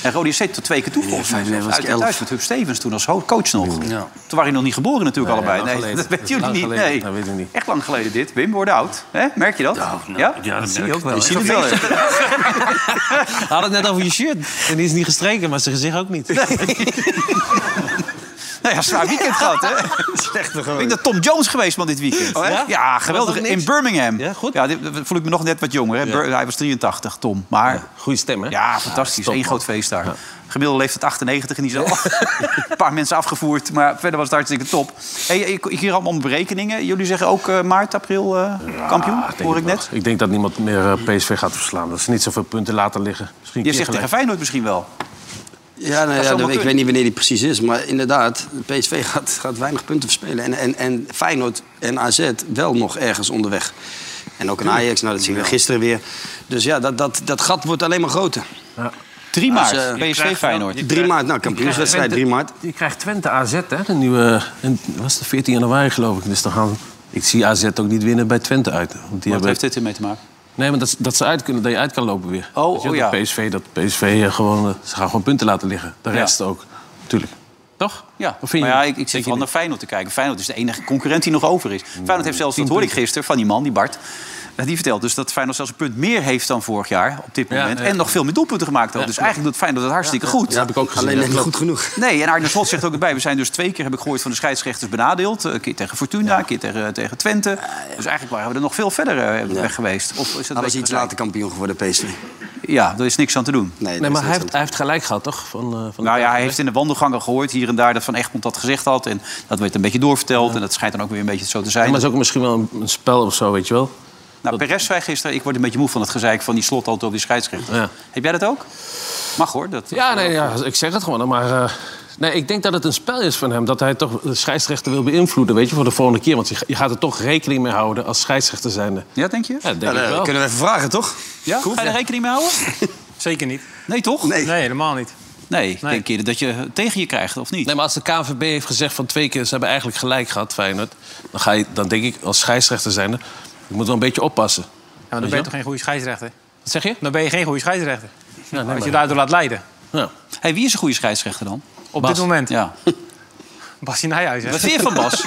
Speaker 2: En Rode SC tot twee keer toe volgens mij.
Speaker 6: 95 was
Speaker 2: Uit
Speaker 6: ik
Speaker 2: en
Speaker 6: elf.
Speaker 2: thuis met Huub Stevens toen als ho- coach nog. Toen waren jullie nog niet geboren natuurlijk
Speaker 3: Nee,
Speaker 2: allebei.
Speaker 3: lang
Speaker 2: Nee,
Speaker 3: geleden.
Speaker 2: dat
Speaker 3: Dat
Speaker 2: weten
Speaker 3: is
Speaker 2: jullie
Speaker 3: lang
Speaker 2: niet.
Speaker 3: geleden.
Speaker 2: Nee.
Speaker 3: Dat weten we niet.
Speaker 2: Echt lang geleden dit. Wim, we worden oud. Hè? Merk je dat?
Speaker 5: nou,
Speaker 2: ja?
Speaker 5: ja, dat
Speaker 2: zie
Speaker 5: merk
Speaker 2: je ook
Speaker 5: ik
Speaker 2: wel.
Speaker 5: wel.
Speaker 2: Ik zie het wel. hè?
Speaker 3: We hadden het net over je shirt. En die is niet gestreken, maar zijn gezicht ook niet.
Speaker 2: Nou ja, zwaar weekend gehad, hè?
Speaker 3: Slechte
Speaker 2: Ik ben naar Tom Jones geweest van dit weekend.
Speaker 10: Oh,
Speaker 2: Oh, ja? geweldig.
Speaker 3: Was dat niks?
Speaker 2: In Birmingham.
Speaker 3: Ja, goed.
Speaker 2: dit, voel ik me nog net wat jonger. Hè? Bur- Hij was 83, Tom. Maar ja,
Speaker 3: Goeie stem, hè?
Speaker 2: fantastisch.
Speaker 3: top,
Speaker 2: Eén
Speaker 3: man.
Speaker 2: groot feest daar. Gemiddelde leeftijd 98 en die zo. Een paar mensen afgevoerd, maar verder was het hartstikke top. Hey, ik, ik hier allemaal berekeningen. Jullie zeggen ook eh, maart, april eh, kampioen, hoor ik net.
Speaker 3: Ik Ah, denk dat niemand meer eh, PSV gaat verslaan. Dat ze niet zoveel punten laten liggen. Misschien
Speaker 2: Je
Speaker 3: een
Speaker 2: zegt
Speaker 3: keer
Speaker 2: tegen
Speaker 3: gelijk.
Speaker 2: Feyenoord misschien wel.
Speaker 6: Ja, nou
Speaker 2: zou
Speaker 6: ja
Speaker 2: wel
Speaker 6: dat- ik
Speaker 2: kunnen.
Speaker 6: weet niet wanneer die precies is. Maar inderdaad, PSV gaat, gaat weinig punten verspelen. En, en, en Feyenoord en AZ wel nog ergens onderweg. En ook een Ajax, nou, dat zien we gisteren weer. Dus ja, dat, dat, dat gat wordt alleen maar groter.
Speaker 2: 3
Speaker 6: Als,
Speaker 2: maart,
Speaker 6: eh, je
Speaker 2: PSV Feyenoord.
Speaker 6: 3 maart, nou, kampioenswedstrijd 3 maart.
Speaker 3: Je krijgt Twente AZ, hè? De nieuwe, eh, en, was het 14 januari, geloof ik. Dus dan gaan, ik zie AZ ook niet winnen bij Twente uit. Want die
Speaker 2: Wat
Speaker 3: hebben,
Speaker 2: heeft dit ermee te maken?
Speaker 3: Nee, maar dat, dat ze uit kunnen, dat je uit kan lopen weer.
Speaker 2: Oh,
Speaker 3: Weet je,
Speaker 2: oh
Speaker 3: dat
Speaker 2: ja.
Speaker 3: PSV, dat PSV eh, gewoon, eh, ze gaan gewoon punten laten liggen. De
Speaker 2: Ja.
Speaker 3: rest ook, natuurlijk. Toch?
Speaker 2: Ja,
Speaker 3: Of vind
Speaker 2: maar
Speaker 3: je
Speaker 2: ja,
Speaker 3: niet?
Speaker 2: ik, ik zit
Speaker 3: Denk je
Speaker 2: vooral naar
Speaker 3: niet?
Speaker 2: Feyenoord te kijken. Feyenoord is de enige concurrent die nog over is. Feyenoord heeft zelfs, dat hoorde ik gisteren van die man, die Bart... eh, Die vertelt dus dat Feyenoord zelfs een punt meer heeft dan vorig jaar op dit
Speaker 3: Ja,
Speaker 2: moment.
Speaker 3: ja.
Speaker 2: En nog veel meer doelpunten gemaakt ook. dus eigenlijk doet Feyenoord het hartstikke goed.
Speaker 3: Dat heb ik ook gezien.
Speaker 6: Alleen
Speaker 3: ja.
Speaker 6: net niet goed genoeg.
Speaker 2: Nee, en Arne Slot zegt ook erbij. We zijn dus twee keer, heb ik gehoord, van de scheidsrechters benadeeld. Een keer tegen Fortuna, een keer tegen, eh, tegen Twente. Dus eigenlijk waren we er nog veel verder eh, weg geweest. Of is dat
Speaker 6: Hij
Speaker 2: een
Speaker 6: was
Speaker 2: beetje
Speaker 6: iets
Speaker 2: gelijk?
Speaker 6: later kampioen geworden, PSV.
Speaker 2: Ja, er is niks aan te doen.
Speaker 6: Nee,
Speaker 3: Nee,
Speaker 6: dat is
Speaker 3: maar hij
Speaker 6: niet
Speaker 3: heeft,
Speaker 6: zo.
Speaker 3: hij heeft gelijk gehad, toch? Van, eh, van
Speaker 2: Nou ja, hij heeft in de wandelgangen gehoord hier en daar dat Van Egmond dat gezegd had. En dat werd een beetje doorverteld. En dat schijnt dan ook weer een beetje zo te zijn.
Speaker 3: Maar het is ook misschien wel een, een spel of zo, weet je wel.
Speaker 2: Nou, Perez zei gisteren, ik word een beetje moe van het gezeik van die slotauto op die scheidsrechter. Heb jij dat ook? Mag hoor. Dat,
Speaker 3: Ja, nee, ja, ik zeg het gewoon. Maar eh, nee, ik denk dat het een spel is van hem. Dat hij toch de scheidsrechter wil beïnvloeden, weet je, voor de volgende keer. Want je- je gaat er toch rekening mee houden als scheidsrechter zijnde.
Speaker 2: Ja, denk je?
Speaker 3: Ja, dat denk
Speaker 6: Nou,
Speaker 3: ik
Speaker 6: dat
Speaker 3: wel.
Speaker 6: kunnen we even vragen, toch?
Speaker 2: Ja?
Speaker 6: Cool.
Speaker 2: Ga je er rekening mee houden?
Speaker 4: Zeker niet.
Speaker 2: Nee, toch? Nee,
Speaker 4: helemaal niet.
Speaker 2: Nee, ik denk eerder dat je het tegen je krijgt, of niet?
Speaker 3: Nee, maar als de KNVB heeft gezegd van twee keer... ze hebben eigenlijk gelijk gehad, Feyenoord... dan, ga je, dan denk ik als scheidsrechter zijnde... je moet wel een beetje oppassen.
Speaker 4: Ja, maar dan ben je toch geen goede scheidsrechter?
Speaker 3: Wat zeg je?
Speaker 4: Dan ben je geen goede scheidsrechter.
Speaker 3: nee,
Speaker 4: als
Speaker 3: maar-
Speaker 4: je daardoor laat leiden.
Speaker 2: Hey, wie is een goede scheidsrechter dan?
Speaker 4: Op
Speaker 2: Bas.
Speaker 4: dit moment.
Speaker 2: Ja.
Speaker 4: Basje Nijhuis. hè?
Speaker 2: Wat vind je van Bas?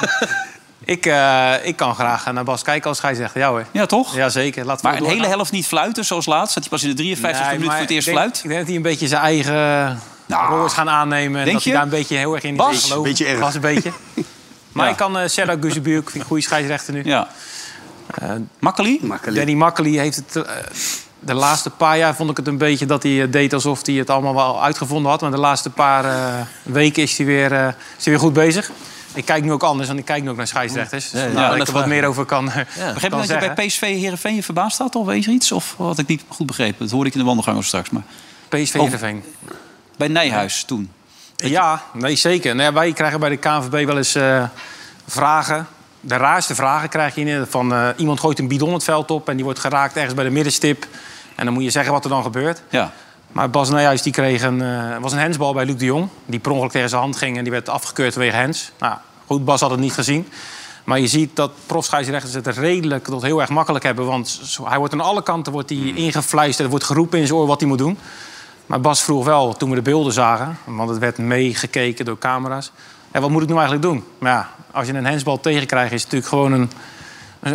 Speaker 4: ik, eh, ik kan graag naar Bas kijken als scheidsrechter. Ja hoor.
Speaker 2: Ja, toch?
Speaker 4: Jazeker. Laat
Speaker 2: Maar een hele helft niet fluiten, zoals laatst. Dat hij pas in de 53 e minuut voor het eerst
Speaker 4: ik denk,
Speaker 2: fluit. Nou,
Speaker 4: Ik denk dat hij een beetje zijn eigen rol is gaan aannemen. En
Speaker 2: Denk
Speaker 4: dat
Speaker 2: je?
Speaker 4: hij daar een beetje heel erg in
Speaker 2: Bas?
Speaker 4: is gaan geloven.
Speaker 2: Beetje erg.
Speaker 4: Bas een beetje. maar
Speaker 2: Ja.
Speaker 4: ik kan eh Serra Guzebuurk, vind ik een goede scheidsrechter nu.
Speaker 2: Ja.
Speaker 4: Eh,
Speaker 2: Makkely?
Speaker 4: Danny Makkely heeft het... eh, de laatste paar jaar vond ik het een beetje dat hij eh, deed alsof hij het allemaal wel uitgevonden had. Maar de laatste paar eh, weken is hij, weer, eh, is hij weer goed bezig. Ik kijk nu ook anders, want ik kijk nu ook naar scheidsrechters. Dus
Speaker 2: ja,
Speaker 4: vandaar
Speaker 2: ja,
Speaker 4: dat
Speaker 2: dat
Speaker 4: ik er
Speaker 2: vraag
Speaker 4: wat
Speaker 2: ik
Speaker 4: meer
Speaker 2: me.
Speaker 4: over kan, ja.
Speaker 2: Begrijp je nou
Speaker 4: kan
Speaker 2: dat
Speaker 4: zeggen.
Speaker 2: je bij PSV Heerenveen je verbaasd had? Of weet je iets? Of had ik niet goed begrepen? Dat hoorde ik in de wandelgang straks. Maar...
Speaker 4: PSV Heerenveen.
Speaker 2: Bij Nijhuis toen.
Speaker 4: Ja, nee, zeker. Nou ja, wij krijgen bij de KNVB wel eens eh, vragen. De raarste vragen krijg je in, van eh, iemand gooit een bidon het veld op... en die wordt geraakt ergens bij de middenstip. En dan moet je zeggen wat er dan gebeurt.
Speaker 2: Ja.
Speaker 4: Maar Bas Nijhuis die kreeg een, eh, was een hensbal bij Luc de Jong. Die per ongeluk tegen zijn hand ging en die werd afgekeurd vanwege hens. Nou, goed, Bas had het niet gezien. Maar je ziet dat profscheidsrechters het redelijk tot heel erg makkelijk hebben. Want zo- hij wordt aan alle kanten wordt hij ingefluisterd. Er wordt geroepen in zijn oor wat hij moet doen. Maar Bas vroeg wel, toen we de beelden zagen... want het werd meegekeken door camera's... Ja, wat moet ik nu eigenlijk doen? Maar ja, als je een hensbal tegenkrijgt... is het natuurlijk gewoon een,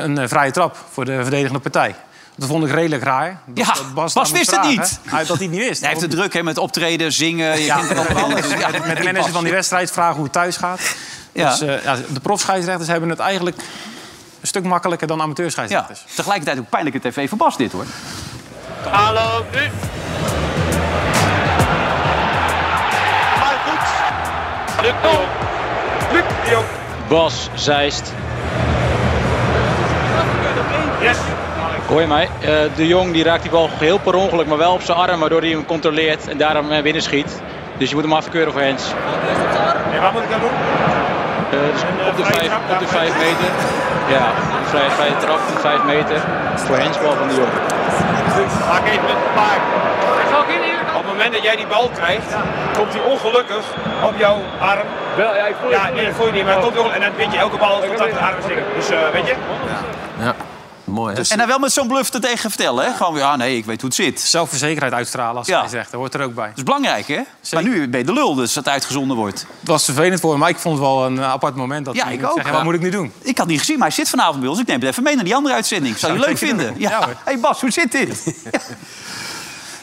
Speaker 4: een, eh, vrije trap voor de verdedigende partij. Dat vond ik redelijk raar. Dat,
Speaker 2: Ja,
Speaker 4: dat
Speaker 2: Bas,
Speaker 4: daar moet
Speaker 2: wist het
Speaker 4: vragen.
Speaker 2: niet.
Speaker 4: Hij- dat hij het niet wist.
Speaker 2: Hij heeft het druk hè, met optreden, zingen. Je
Speaker 4: Ja,
Speaker 2: kent het allemaal.
Speaker 4: alles.
Speaker 2: Ja,
Speaker 4: Met de manager van die wedstrijd vragen hoe het thuis gaat.
Speaker 2: Ja.
Speaker 4: Dus, eh, ja, de profscheidsrechters hebben het eigenlijk een stuk makkelijker dan
Speaker 2: Ja,
Speaker 4: amateurscheidsrechters.
Speaker 2: tegelijkertijd ook pijnlijke tv voor Bas dit hoor.
Speaker 13: Hallo, nu. Maar goed. Luc de Jong. Luc de Jong.
Speaker 14: Bas Zeist.
Speaker 13: Yes.
Speaker 14: Hoor je mij? Eh, de Jong die raakt die bal heel per ongeluk, maar wel op zijn arm, waardoor hij hem controleert en daarom eh, binnen schiet. Dus je moet hem afkeuren voor Hens.
Speaker 13: En wat moet ik dan doen?
Speaker 14: Eh, dus op de 5 op de vijf meter. Ja, een vrije, vrije trap op de 5 meter. Voor Hens bal van de Jong.
Speaker 13: Maak even met een paar. Op het moment dat jij die bal krijgt, komt hij ongelukkig op jouw arm. Wel, ja, ik voel ja, nee, dat voel je niet, maar het komt ongelukkig. En dan weet je, elke bal komt aan de arm stikken. Dus eh, weet je?
Speaker 3: Ja, mooi hè?
Speaker 2: En dan wel met zo'n bluff er tegen vertellen. Hè? Gewoon, ja, nee, ik weet hoe het zit.
Speaker 4: Zelfverzekerdheid uitstralen als hij zegt, dat hoort er ook bij.
Speaker 2: Dat is belangrijk, hè? Maar nu ben je de lul dus dat het uitgezonden wordt.
Speaker 4: Het was vervelend voor hem, maar ik vond het wel een eh, apart moment. Dat
Speaker 2: Ja,
Speaker 4: hij
Speaker 2: ik
Speaker 4: moet
Speaker 2: ook,
Speaker 4: zeggen,
Speaker 2: ja.
Speaker 4: Wat moet ik nu doen?
Speaker 2: Ik had niet gezien, maar hij zit vanavond bij ons. Ik neem het even mee naar die andere uitzending. Zou je
Speaker 4: Zou
Speaker 2: leuk
Speaker 4: ik zeker
Speaker 2: vinden?
Speaker 4: doen.
Speaker 2: Ja.
Speaker 4: Ja, hoor.
Speaker 2: hey Bas, hoe zit dit? Ja.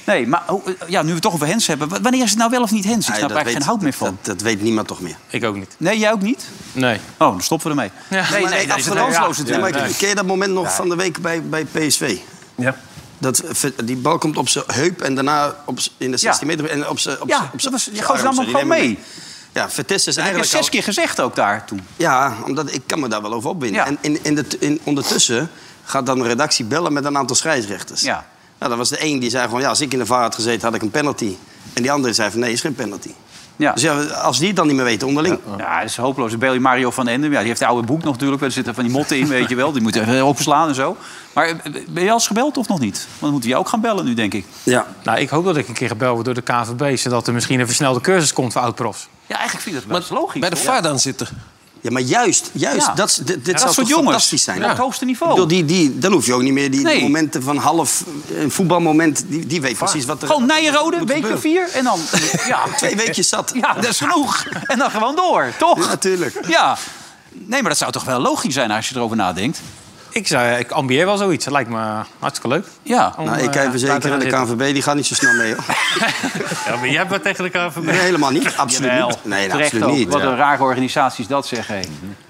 Speaker 2: Nee, maar oh, ja, nu we het toch over Hens hebben. w- Wanneer is het nou wel of niet Hens? Ik
Speaker 6: Nee,
Speaker 2: snap
Speaker 6: dat
Speaker 2: er eigenlijk geen hout meer
Speaker 6: weet-
Speaker 2: van.
Speaker 6: Dat, dat weet niemand toch meer.
Speaker 4: Ik ook niet.
Speaker 2: Nee, jij ook niet?
Speaker 4: Nee.
Speaker 2: Oh, dan stoppen we ermee. Nee, nee, dat is het kansloos natuurlijk.
Speaker 6: maar ken je dat moment nog van de week bij, bij PSV?
Speaker 3: Ja.
Speaker 6: Dat, ver- die bal komt op zijn heup en daarna op, z'n- in de 16 meter en op zijn op
Speaker 2: Ja,
Speaker 6: z'n- op
Speaker 2: dat
Speaker 6: z'n-
Speaker 2: was- je
Speaker 6: z'n
Speaker 2: gooit het
Speaker 6: arm,
Speaker 2: allemaal
Speaker 6: die
Speaker 2: gewoon
Speaker 6: nemen-
Speaker 2: mee.
Speaker 6: Ja, Vertes
Speaker 2: Dat heb
Speaker 6: is
Speaker 2: je
Speaker 6: eigenlijk
Speaker 2: zes
Speaker 6: al-
Speaker 2: keer gezegd ook daar toen.
Speaker 6: Ja, omdat ik kan me daar wel over opwinden.
Speaker 2: Ja.
Speaker 6: En in, in de, in, ondertussen gaat dan de redactie bellen met een aantal scheidsrechters.
Speaker 2: Ja.
Speaker 6: Nou, dat was de een die zei gewoon, ja, als ik in de VAR had gezeten, had ik een penalty. En die andere zei van, nee, is geen penalty.
Speaker 2: Ja.
Speaker 6: Dus ja, als die het dan niet meer weten onderling.
Speaker 2: Ja, dat is hopeloos. Dan bel je Mario van Endem. Ja, die heeft het oude boek nog natuurlijk. Er zitten van die motten in, weet je wel. Die moeten even openslaan en zo. Maar eh, ben je al eens gebeld of nog niet? Want dan moeten we jou ook gaan bellen nu, denk ik.
Speaker 6: Ja.
Speaker 4: Nou, ik hoop dat ik een keer gebeld word door de KNVB... zodat er misschien een versnelde cursus komt voor oud-profs.
Speaker 2: Ja, eigenlijk vind ik dat best logisch.
Speaker 3: Bij de
Speaker 2: hoor.
Speaker 3: VAR dan zitten.
Speaker 6: Ja, maar juist, juist.
Speaker 2: Ja.
Speaker 6: Dat, is- dit dit
Speaker 2: Ja, dat
Speaker 6: zou
Speaker 2: soort
Speaker 6: toch
Speaker 2: jongens.
Speaker 6: fantastisch zijn?
Speaker 2: Ja, op het hoogste niveau.
Speaker 6: Ik bedoel, die, die, dan hoef je ook niet meer die, die
Speaker 2: Oh. Nee.
Speaker 6: momenten van half... Een voetbalmoment, die, die weet precies wat er...
Speaker 2: Gewoon Nijenrode,
Speaker 6: moet
Speaker 2: week of vier.
Speaker 6: gebeuren.
Speaker 2: En dan, ja.
Speaker 6: Twee weekjes zat.
Speaker 2: ja, dat is genoeg. En dan gewoon door, toch? Ja,
Speaker 6: natuurlijk.
Speaker 2: Ja. Nee, maar dat zou toch wel logisch zijn als je erover nadenkt?
Speaker 4: Ik, zou, ik ambieer wel zoiets. Dat lijkt me hartstikke leuk.
Speaker 2: Ja.
Speaker 4: Om,
Speaker 6: Nou,
Speaker 4: eh,
Speaker 6: ik kijk even
Speaker 4: daar te
Speaker 6: zeker en de
Speaker 4: gaan zitten.
Speaker 6: KNVB, die gaat niet zo snel mee. hoor.
Speaker 5: Ja, maar jij hebt wat tegen elkaar
Speaker 6: Nee,
Speaker 5: verwerkt.
Speaker 6: helemaal niet. Absoluut
Speaker 2: Jawel,
Speaker 6: niet. Nee,
Speaker 2: terecht
Speaker 6: absoluut
Speaker 2: ook.
Speaker 6: niet.
Speaker 2: Wat
Speaker 6: Ja.
Speaker 5: Mhm.
Speaker 2: een rare organisaties dat zeggen. hé.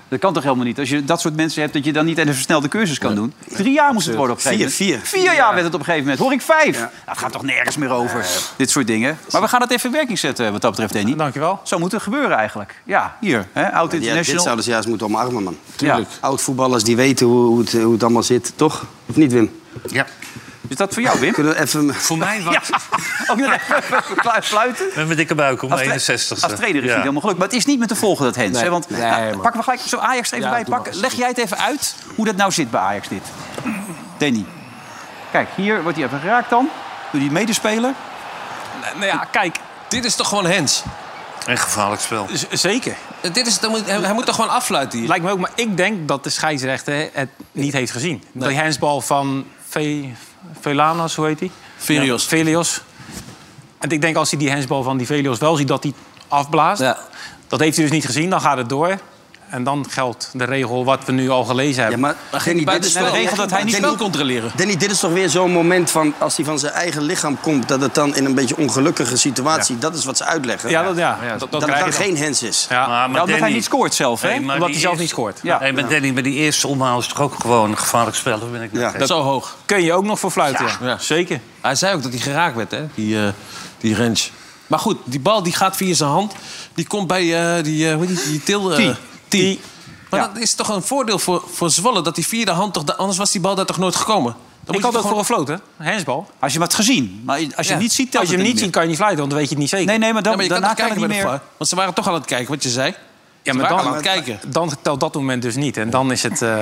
Speaker 2: Dat kan toch helemaal niet? Als je dat soort mensen hebt, dat je dan niet aan de versnelde cursus kan doen. Drie jaar moest het worden op een gegeven moment.
Speaker 6: Vier,
Speaker 2: vier. jaar werd het op een gegeven moment. Hoor ik vijf. Dat gaat toch nergens meer over, dit soort dingen. Maar we gaan het even in werking zetten, wat dat betreft, Danny. Dankjewel. Zo moet het gebeuren eigenlijk. Ja, hier. Hè? Oud
Speaker 6: Ja, dit
Speaker 2: International.
Speaker 6: zouden ze juist moeten omarmen, man.
Speaker 2: Tuurlijk.
Speaker 6: Oud-voetballers die weten hoe, hoe, het, hoe het allemaal zit, toch? Of niet, Wim?
Speaker 5: Ja.
Speaker 2: Is dat voor jou, Wim?
Speaker 6: Kunnen we even... Voor
Speaker 5: mij wat?
Speaker 2: Ook nog even fluiten.
Speaker 5: Met mijn dikke buik om
Speaker 2: Als tra-
Speaker 5: 61
Speaker 2: Als trainer is het niet helemaal gelukt. Maar het is niet met te volgen, dat Hens.
Speaker 5: Nee.
Speaker 2: hè? Want,
Speaker 5: Nee,
Speaker 2: nou,
Speaker 5: man.
Speaker 2: pakken we gelijk zo Ajax er even
Speaker 5: Ja,
Speaker 2: bij.
Speaker 5: doe maar.
Speaker 2: Pakken. Leg jij het even uit hoe dat nou zit bij Ajax, dit. Danny. Kijk, hier wordt hij even geraakt dan. Doe die medespeler.
Speaker 3: Nou ja, kijk, dit is toch gewoon Hens?
Speaker 5: Een gevaarlijk spel.
Speaker 3: Zeker. Eh, Dit is, dan moet, hij, hij moet toch gewoon afsluiten hier?
Speaker 4: Lijkt me ook, maar ik denk dat de scheidsrechter het niet heeft gezien.
Speaker 3: Nee.
Speaker 4: Die handsbal van Ve- Velanas, hoe heet hij?
Speaker 3: Velios.
Speaker 4: Velios. En ik denk als hij die handsbal van die Velios wel ziet, dat hij afblaast. Dat heeft hij dus niet gezien, dan gaat het door. En dan geldt de regel wat we nu al gelezen hebben. Ja,
Speaker 6: maar controleren. Danny, dit is toch weer zo'n moment van... als hij van zijn eigen lichaam komt... dat het dan in een beetje ongelukkige situatie... dat is wat ze uitleggen.
Speaker 5: Ja, dat- ja.
Speaker 6: Dat,
Speaker 5: Dat- dat
Speaker 6: dat het
Speaker 5: krijg
Speaker 6: dan
Speaker 5: je
Speaker 6: geen
Speaker 5: dan.
Speaker 6: hens is.
Speaker 5: Ja, maar
Speaker 6: omdat hij
Speaker 5: Danny-
Speaker 6: niet scoort zelf, hè?
Speaker 5: Nee, maar
Speaker 6: Omdat
Speaker 5: die
Speaker 6: hij zelf
Speaker 5: eerste-
Speaker 6: niet scoort.
Speaker 5: Ja.
Speaker 6: Ja.
Speaker 5: Nee, maar
Speaker 6: Ja.
Speaker 5: Danny, maar die eerste omhaal is toch ook gewoon een gevaarlijk spel? Of ben ik net gek?
Speaker 3: hoog. Kun je ook nog voor fluiten?
Speaker 5: Ja.
Speaker 3: Zeker. Hij zei ook dat hij geraakt werd, hè? Die, eh die range. Maar goed, die bal die gaat via zijn hand. Die komt bij eh, die, eh hoe heet die, die Til. eh,
Speaker 4: Tee.
Speaker 3: Tee. Maar dat is toch een voordeel voor, voor Zwolle dat die via de hand toch... da- Anders was die bal daar toch nooit gekomen? Dan
Speaker 4: Ik had ook voor een
Speaker 3: gewoon-
Speaker 4: float, hè? Een handsbal.
Speaker 2: Als je hem had gezien. Maar als je
Speaker 3: Ja.
Speaker 2: het niet ziet, telt
Speaker 4: Als je hem
Speaker 2: het
Speaker 4: niet ziet, kan je niet fluiten, want dan weet je het niet zeker.
Speaker 2: Nee, nee, maar dan- Ja, maar je kan daarna toch kan kijken
Speaker 3: ik
Speaker 2: ik bij de niet meer-
Speaker 3: Want ze waren toch aan het kijken, wat je zei.
Speaker 4: Ja,
Speaker 3: Ze
Speaker 4: maar
Speaker 3: waren
Speaker 4: dan,
Speaker 3: aan het kijken.
Speaker 4: dan telt dat moment dus niet. En dan is het, eh,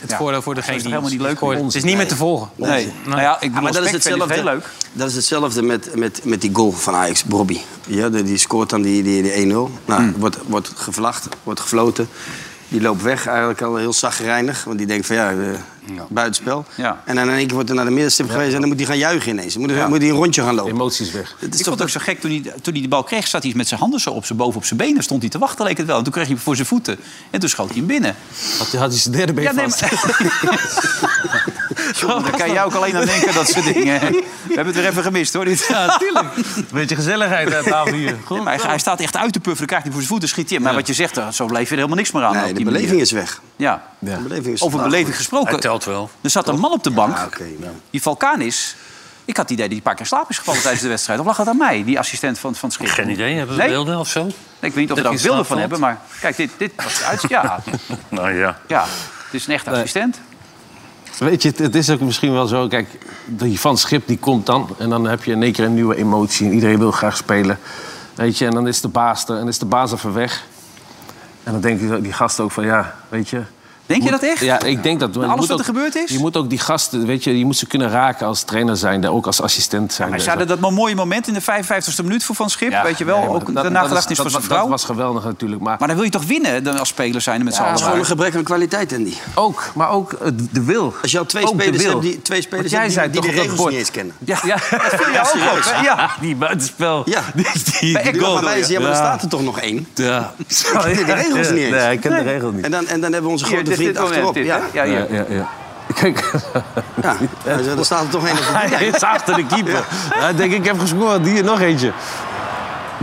Speaker 4: het
Speaker 2: Ja.
Speaker 4: voordeel voor degene
Speaker 2: Dat is
Speaker 4: die
Speaker 2: toch helemaal niet leuk
Speaker 4: scoort.
Speaker 2: voor ons?
Speaker 4: Het is niet meer
Speaker 2: Nee.
Speaker 4: te volgen.
Speaker 2: Nee. Nou ja, ik bedoel,
Speaker 6: Ah, maar dat is
Speaker 2: respect vinden
Speaker 6: hetzelfde,
Speaker 2: we heel
Speaker 6: Dat is hetzelfde met, met, met die goal van Ajax, Bobby. Ja, die, die scoort dan die, die, die 1-0. Nou,
Speaker 2: Hmm.
Speaker 6: wordt, wordt gevlacht, wordt gefloten. Die loopt weg eigenlijk al heel zagrijnig. Want die denkt van ja, eh, buitenspel.
Speaker 2: Ja.
Speaker 6: En dan in één keer wordt er naar de middenstip geweest... en dan moet hij gaan juichen ineens. Dan moet hij,
Speaker 2: Ja.
Speaker 6: moet hij een rondje gaan lopen.
Speaker 3: Emoties weg.
Speaker 6: Het is
Speaker 2: ik
Speaker 6: toch
Speaker 2: vond het ook zo gek, toen hij, toen hij de bal kreeg... zat hij met zijn handen zo op zijn, boven op zijn benen. Stond hij te wachten, leek het wel. En toen kreeg hij hem voor zijn voeten. En toen schoot hij hem binnen.
Speaker 3: Had, had hij zijn derde been
Speaker 2: Ja, nee,
Speaker 3: vast.
Speaker 2: Daar kan jij ook alleen aan denken, dat soort dingen. We hebben het weer even gemist, hoor. Dit. Ja, natuurlijk.
Speaker 3: Beetje gezelligheid aan tafel hier.
Speaker 2: maar hij, hij staat echt uit te puffen, dan krijgt hij voor zijn voeten, schiet hij. hem. Maar wat je zegt, daar- zo bleef je er helemaal niks meer aan.
Speaker 6: Nee,
Speaker 2: op
Speaker 6: de
Speaker 2: die
Speaker 6: beleving
Speaker 2: manier.
Speaker 6: is weg.
Speaker 2: Ja.
Speaker 6: De beleving is
Speaker 2: Over
Speaker 6: Nou,
Speaker 2: beleving
Speaker 6: goed.
Speaker 2: gesproken.
Speaker 5: Hij telt wel.
Speaker 2: Er zat een man op de bank,
Speaker 6: Ah, oké, nou.
Speaker 2: die Vulkanis. Ik had het idee dat hij een paar keer in slaap is gevallen tijdens de wedstrijd. Of lag het aan mij, die assistent van, van Schip?
Speaker 5: Geen idee, hebben we
Speaker 2: Nee?
Speaker 5: beelden of zo?
Speaker 2: Ik weet niet of we
Speaker 5: Dat
Speaker 2: daar
Speaker 5: hij
Speaker 2: beelden van
Speaker 5: slaapt.
Speaker 2: hebben, maar kijk, dit, dit was de uit. Ja,
Speaker 5: Nou ja.
Speaker 2: ja, het is een echte assistent.
Speaker 15: Weet je, het, het is ook misschien wel zo. Kijk, die van Schip die komt dan. En dan heb je in één keer een nieuwe emotie. En iedereen wil graag spelen. Weet je, en dan is de baas er. En is de baas even weg. En dan denken die- die gasten ook van ja, weet je.
Speaker 2: Denk je
Speaker 15: moet-
Speaker 2: dat echt?
Speaker 15: Ja, ik denk dat.
Speaker 2: alles wat er gebeurd is?
Speaker 15: Je moet ook die gasten, weet je, je moet ze kunnen raken als trainer zijn, ook als assistent zijn.
Speaker 2: Maar ze hadden dat maar mooie moment in de 55e minuut voor Van Schip. weet je wel, ook de nagedachtenis voor zijn vrouw.
Speaker 15: Dat was geweldig natuurlijk. Maar
Speaker 2: Maar dan wil je toch winnen dan als speler zijn met z'n
Speaker 15: Ja,
Speaker 2: allen?
Speaker 15: het is gewoon
Speaker 6: Een gebrek aan kwaliteit, Andy.
Speaker 15: Ook, maar ook eh, de wil.
Speaker 6: Als je al twee
Speaker 15: Ook de
Speaker 6: spelers
Speaker 15: wil.
Speaker 6: hebt die, twee spelers
Speaker 15: Want jij zei
Speaker 6: hebt die, die
Speaker 15: toch
Speaker 6: de
Speaker 15: op dat
Speaker 6: regels
Speaker 15: bord.
Speaker 6: niet eens kennen.
Speaker 2: Ja, dat viel je ook op, hè? Ja.
Speaker 3: Die buitenspel.
Speaker 6: Ja.
Speaker 3: Die, die,
Speaker 6: Bij Ekdal, maar wij ja, maar er staat er toch nog één?
Speaker 3: Ja.
Speaker 6: Ik ken de regels niet eens.
Speaker 15: Nee, ik ken de regels niet.
Speaker 6: En dan, en dan hebben we onze
Speaker 2: Hier,
Speaker 6: grote
Speaker 2: dit- dit
Speaker 6: vriend
Speaker 2: moment,
Speaker 6: achterop.
Speaker 2: dit,
Speaker 6: ja.
Speaker 2: hè? Ja, hier.
Speaker 15: ja, ja. Kijk.
Speaker 6: Ja, ja, dus er staat er toch één op de
Speaker 15: Hij is achter de keeper. Hij denkt, ik heb gescoord. Hier, nog eentje.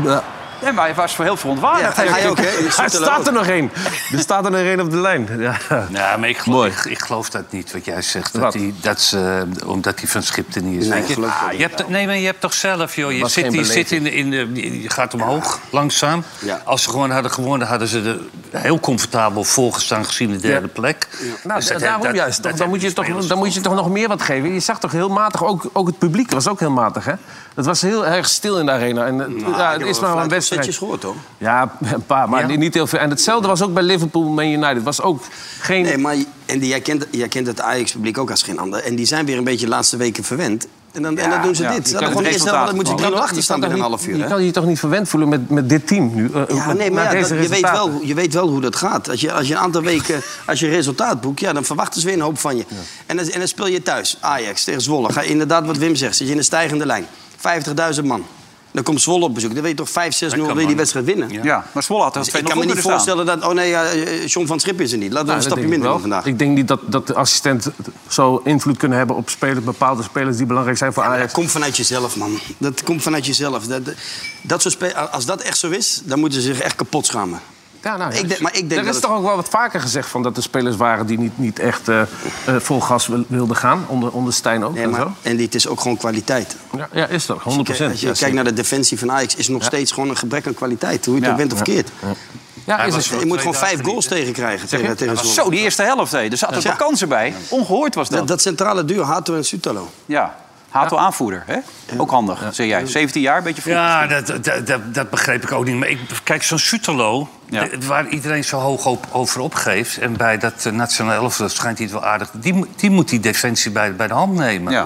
Speaker 15: Ja.
Speaker 2: Nee, maar hij was voor heel verontwaardigd.
Speaker 6: Ja, hij ook, hè? Die
Speaker 15: Hij
Speaker 6: zit er ook.
Speaker 15: staat er nog één. Er staat er nog één op de lijn. Ja.
Speaker 5: Ja, maar ik geloof, ik, ik geloof dat niet, wat jij zegt. Dat die, dat ze, omdat hij van Schip er niet is.
Speaker 6: Nee,
Speaker 5: Weet je,
Speaker 6: geloof ik
Speaker 5: Ah, je hebt, toch- nee, maar je hebt toch zelf, joh. Je
Speaker 15: Was
Speaker 5: zit,
Speaker 15: geen
Speaker 5: je,
Speaker 15: beleving.
Speaker 5: zit in de, in de, je gaat omhoog, langzaam.
Speaker 6: Ja.
Speaker 5: Als ze gewoon hadden gewonnen, hadden ze er heel comfortabel voorgestaan gezien de derde plek.
Speaker 15: Nou,
Speaker 5: Dus
Speaker 15: da-
Speaker 5: dat-
Speaker 15: daarom
Speaker 5: dat-
Speaker 15: juist. Toch, dan,
Speaker 5: dat hebben
Speaker 15: moet je
Speaker 5: die
Speaker 15: toch,
Speaker 5: spelers
Speaker 15: dan moet je toch nog meer wat geven. Je zag toch heel matig, ook, ook het publiek was ook heel matig. Hè? Het was heel erg stil in de arena. En, eh, ja, het is maar een wedstrijd.
Speaker 6: gehoord, hoor.
Speaker 15: Ja, een paar, maar niet- niet heel veel. En hetzelfde was ook bij Liverpool Man United. was ook geen...
Speaker 6: Nee, maar en die, jij, kent, jij kent het Ajax-publiek ook als geen ander. En die zijn weer een beetje de laatste weken verwend. En dan, en dan doen ze
Speaker 2: ja.
Speaker 6: dit.
Speaker 2: Je
Speaker 6: Dan
Speaker 2: kan
Speaker 6: gewoon
Speaker 2: het
Speaker 6: eerst snel, dan moet je
Speaker 15: Je
Speaker 6: 3
Speaker 15: kan-
Speaker 6: achter staan
Speaker 15: je kan
Speaker 6: binnen een
Speaker 15: toch
Speaker 6: half
Speaker 15: niet-
Speaker 6: uur.
Speaker 15: Je
Speaker 6: hè?
Speaker 15: kan je toch niet verwend voelen met, met dit team nu? eh,
Speaker 6: Ja,
Speaker 15: met-
Speaker 6: Ah, nee,
Speaker 15: na
Speaker 6: maar ja,
Speaker 15: deze
Speaker 6: dat- je, weet
Speaker 15: resultaten.
Speaker 6: wel, je weet wel hoe dat gaat. Als je, als je een aantal weken als je resultaat boekt, ja, dan verwachten ze weer een hoop van je. En, dan, en dan speel je thuis, Ajax tegen Zwolle. Ga, inderdaad, wat Wim zegt, zit je in een stijgende lijn. 50.000 man. Dan komt Zwolle op bezoek. Dan weet je toch 5, 6, 0
Speaker 5: kan,
Speaker 6: wil je die
Speaker 5: man.
Speaker 6: wedstrijd winnen.
Speaker 2: Ja, maar Zwolle had er
Speaker 6: Dus
Speaker 2: twee
Speaker 6: ik kan me niet voorstellen dat... Oh nee, ja, eh, John van Schip is er niet. Laten we
Speaker 15: Ja,
Speaker 6: een
Speaker 15: Nou, dat
Speaker 6: stapje
Speaker 15: denk ik
Speaker 6: minder
Speaker 15: wel.
Speaker 6: doen vandaag.
Speaker 15: Ik denk niet dat, dat de assistent zo invloed kunnen hebben op spelers, bepaalde spelers die belangrijk zijn voor Ajax.
Speaker 6: Dat komt vanuit jezelf, man. Dat komt vanuit jezelf. Dat, dat soort spe- als dat echt zo is, dan moeten ze zich echt kapot schamen.
Speaker 15: Ja, nou,
Speaker 6: Ik denk- maar ik denk
Speaker 15: er
Speaker 6: dat
Speaker 15: is
Speaker 6: het-
Speaker 15: toch ook wel wat vaker gezegd van dat er spelers waren die niet, niet echt eh, eh, vol gas wil- wilden gaan. Onder, onder Stijn ook.
Speaker 6: Nee,
Speaker 15: en
Speaker 6: maar-
Speaker 15: zo.
Speaker 6: en dit is ook gewoon kwaliteit.
Speaker 15: Ja, ja, is dat, 100%.
Speaker 6: Als je, kijkt- als je
Speaker 15: Ja,
Speaker 6: kijkt
Speaker 15: zeker.
Speaker 6: naar de defensie van Ajax, is nog
Speaker 15: Ja.
Speaker 6: steeds gewoon een gebrek aan kwaliteit. Hoe je het
Speaker 2: Ja.
Speaker 6: ook bent of
Speaker 2: Ja.
Speaker 6: keert.
Speaker 2: Hij
Speaker 6: is
Speaker 2: was
Speaker 6: het-
Speaker 2: wel
Speaker 6: je moet
Speaker 2: twee
Speaker 6: gewoon vijf
Speaker 2: dagen
Speaker 6: goals tegen krijgen.
Speaker 2: Zeg je?
Speaker 6: Tegen, tegen
Speaker 2: Ja,
Speaker 6: Zwolle.
Speaker 2: zo, die eerste helft. Hé. Er zaten een
Speaker 6: Ja.
Speaker 2: paar kansen bij. Ongehoord was dat.
Speaker 6: dat, dat centrale duo, Hato en Sutalo.
Speaker 2: Ja. Hato aanvoerder. Hè? Ook handig, zeg jij. 17 jaar, een beetje vroeg.
Speaker 5: Ja, dat, dat, dat, dat begreep ik ook niet. Maar ik, kijk, zo'n Sutalo,
Speaker 2: Ja.
Speaker 5: de- waar iedereen zo hoog op, over opgeeft... en bij dat eh, nationale elftal schijnt hij het wel aardig... die, moet- die moet die defensie bij, bij de hand nemen.
Speaker 2: Ja.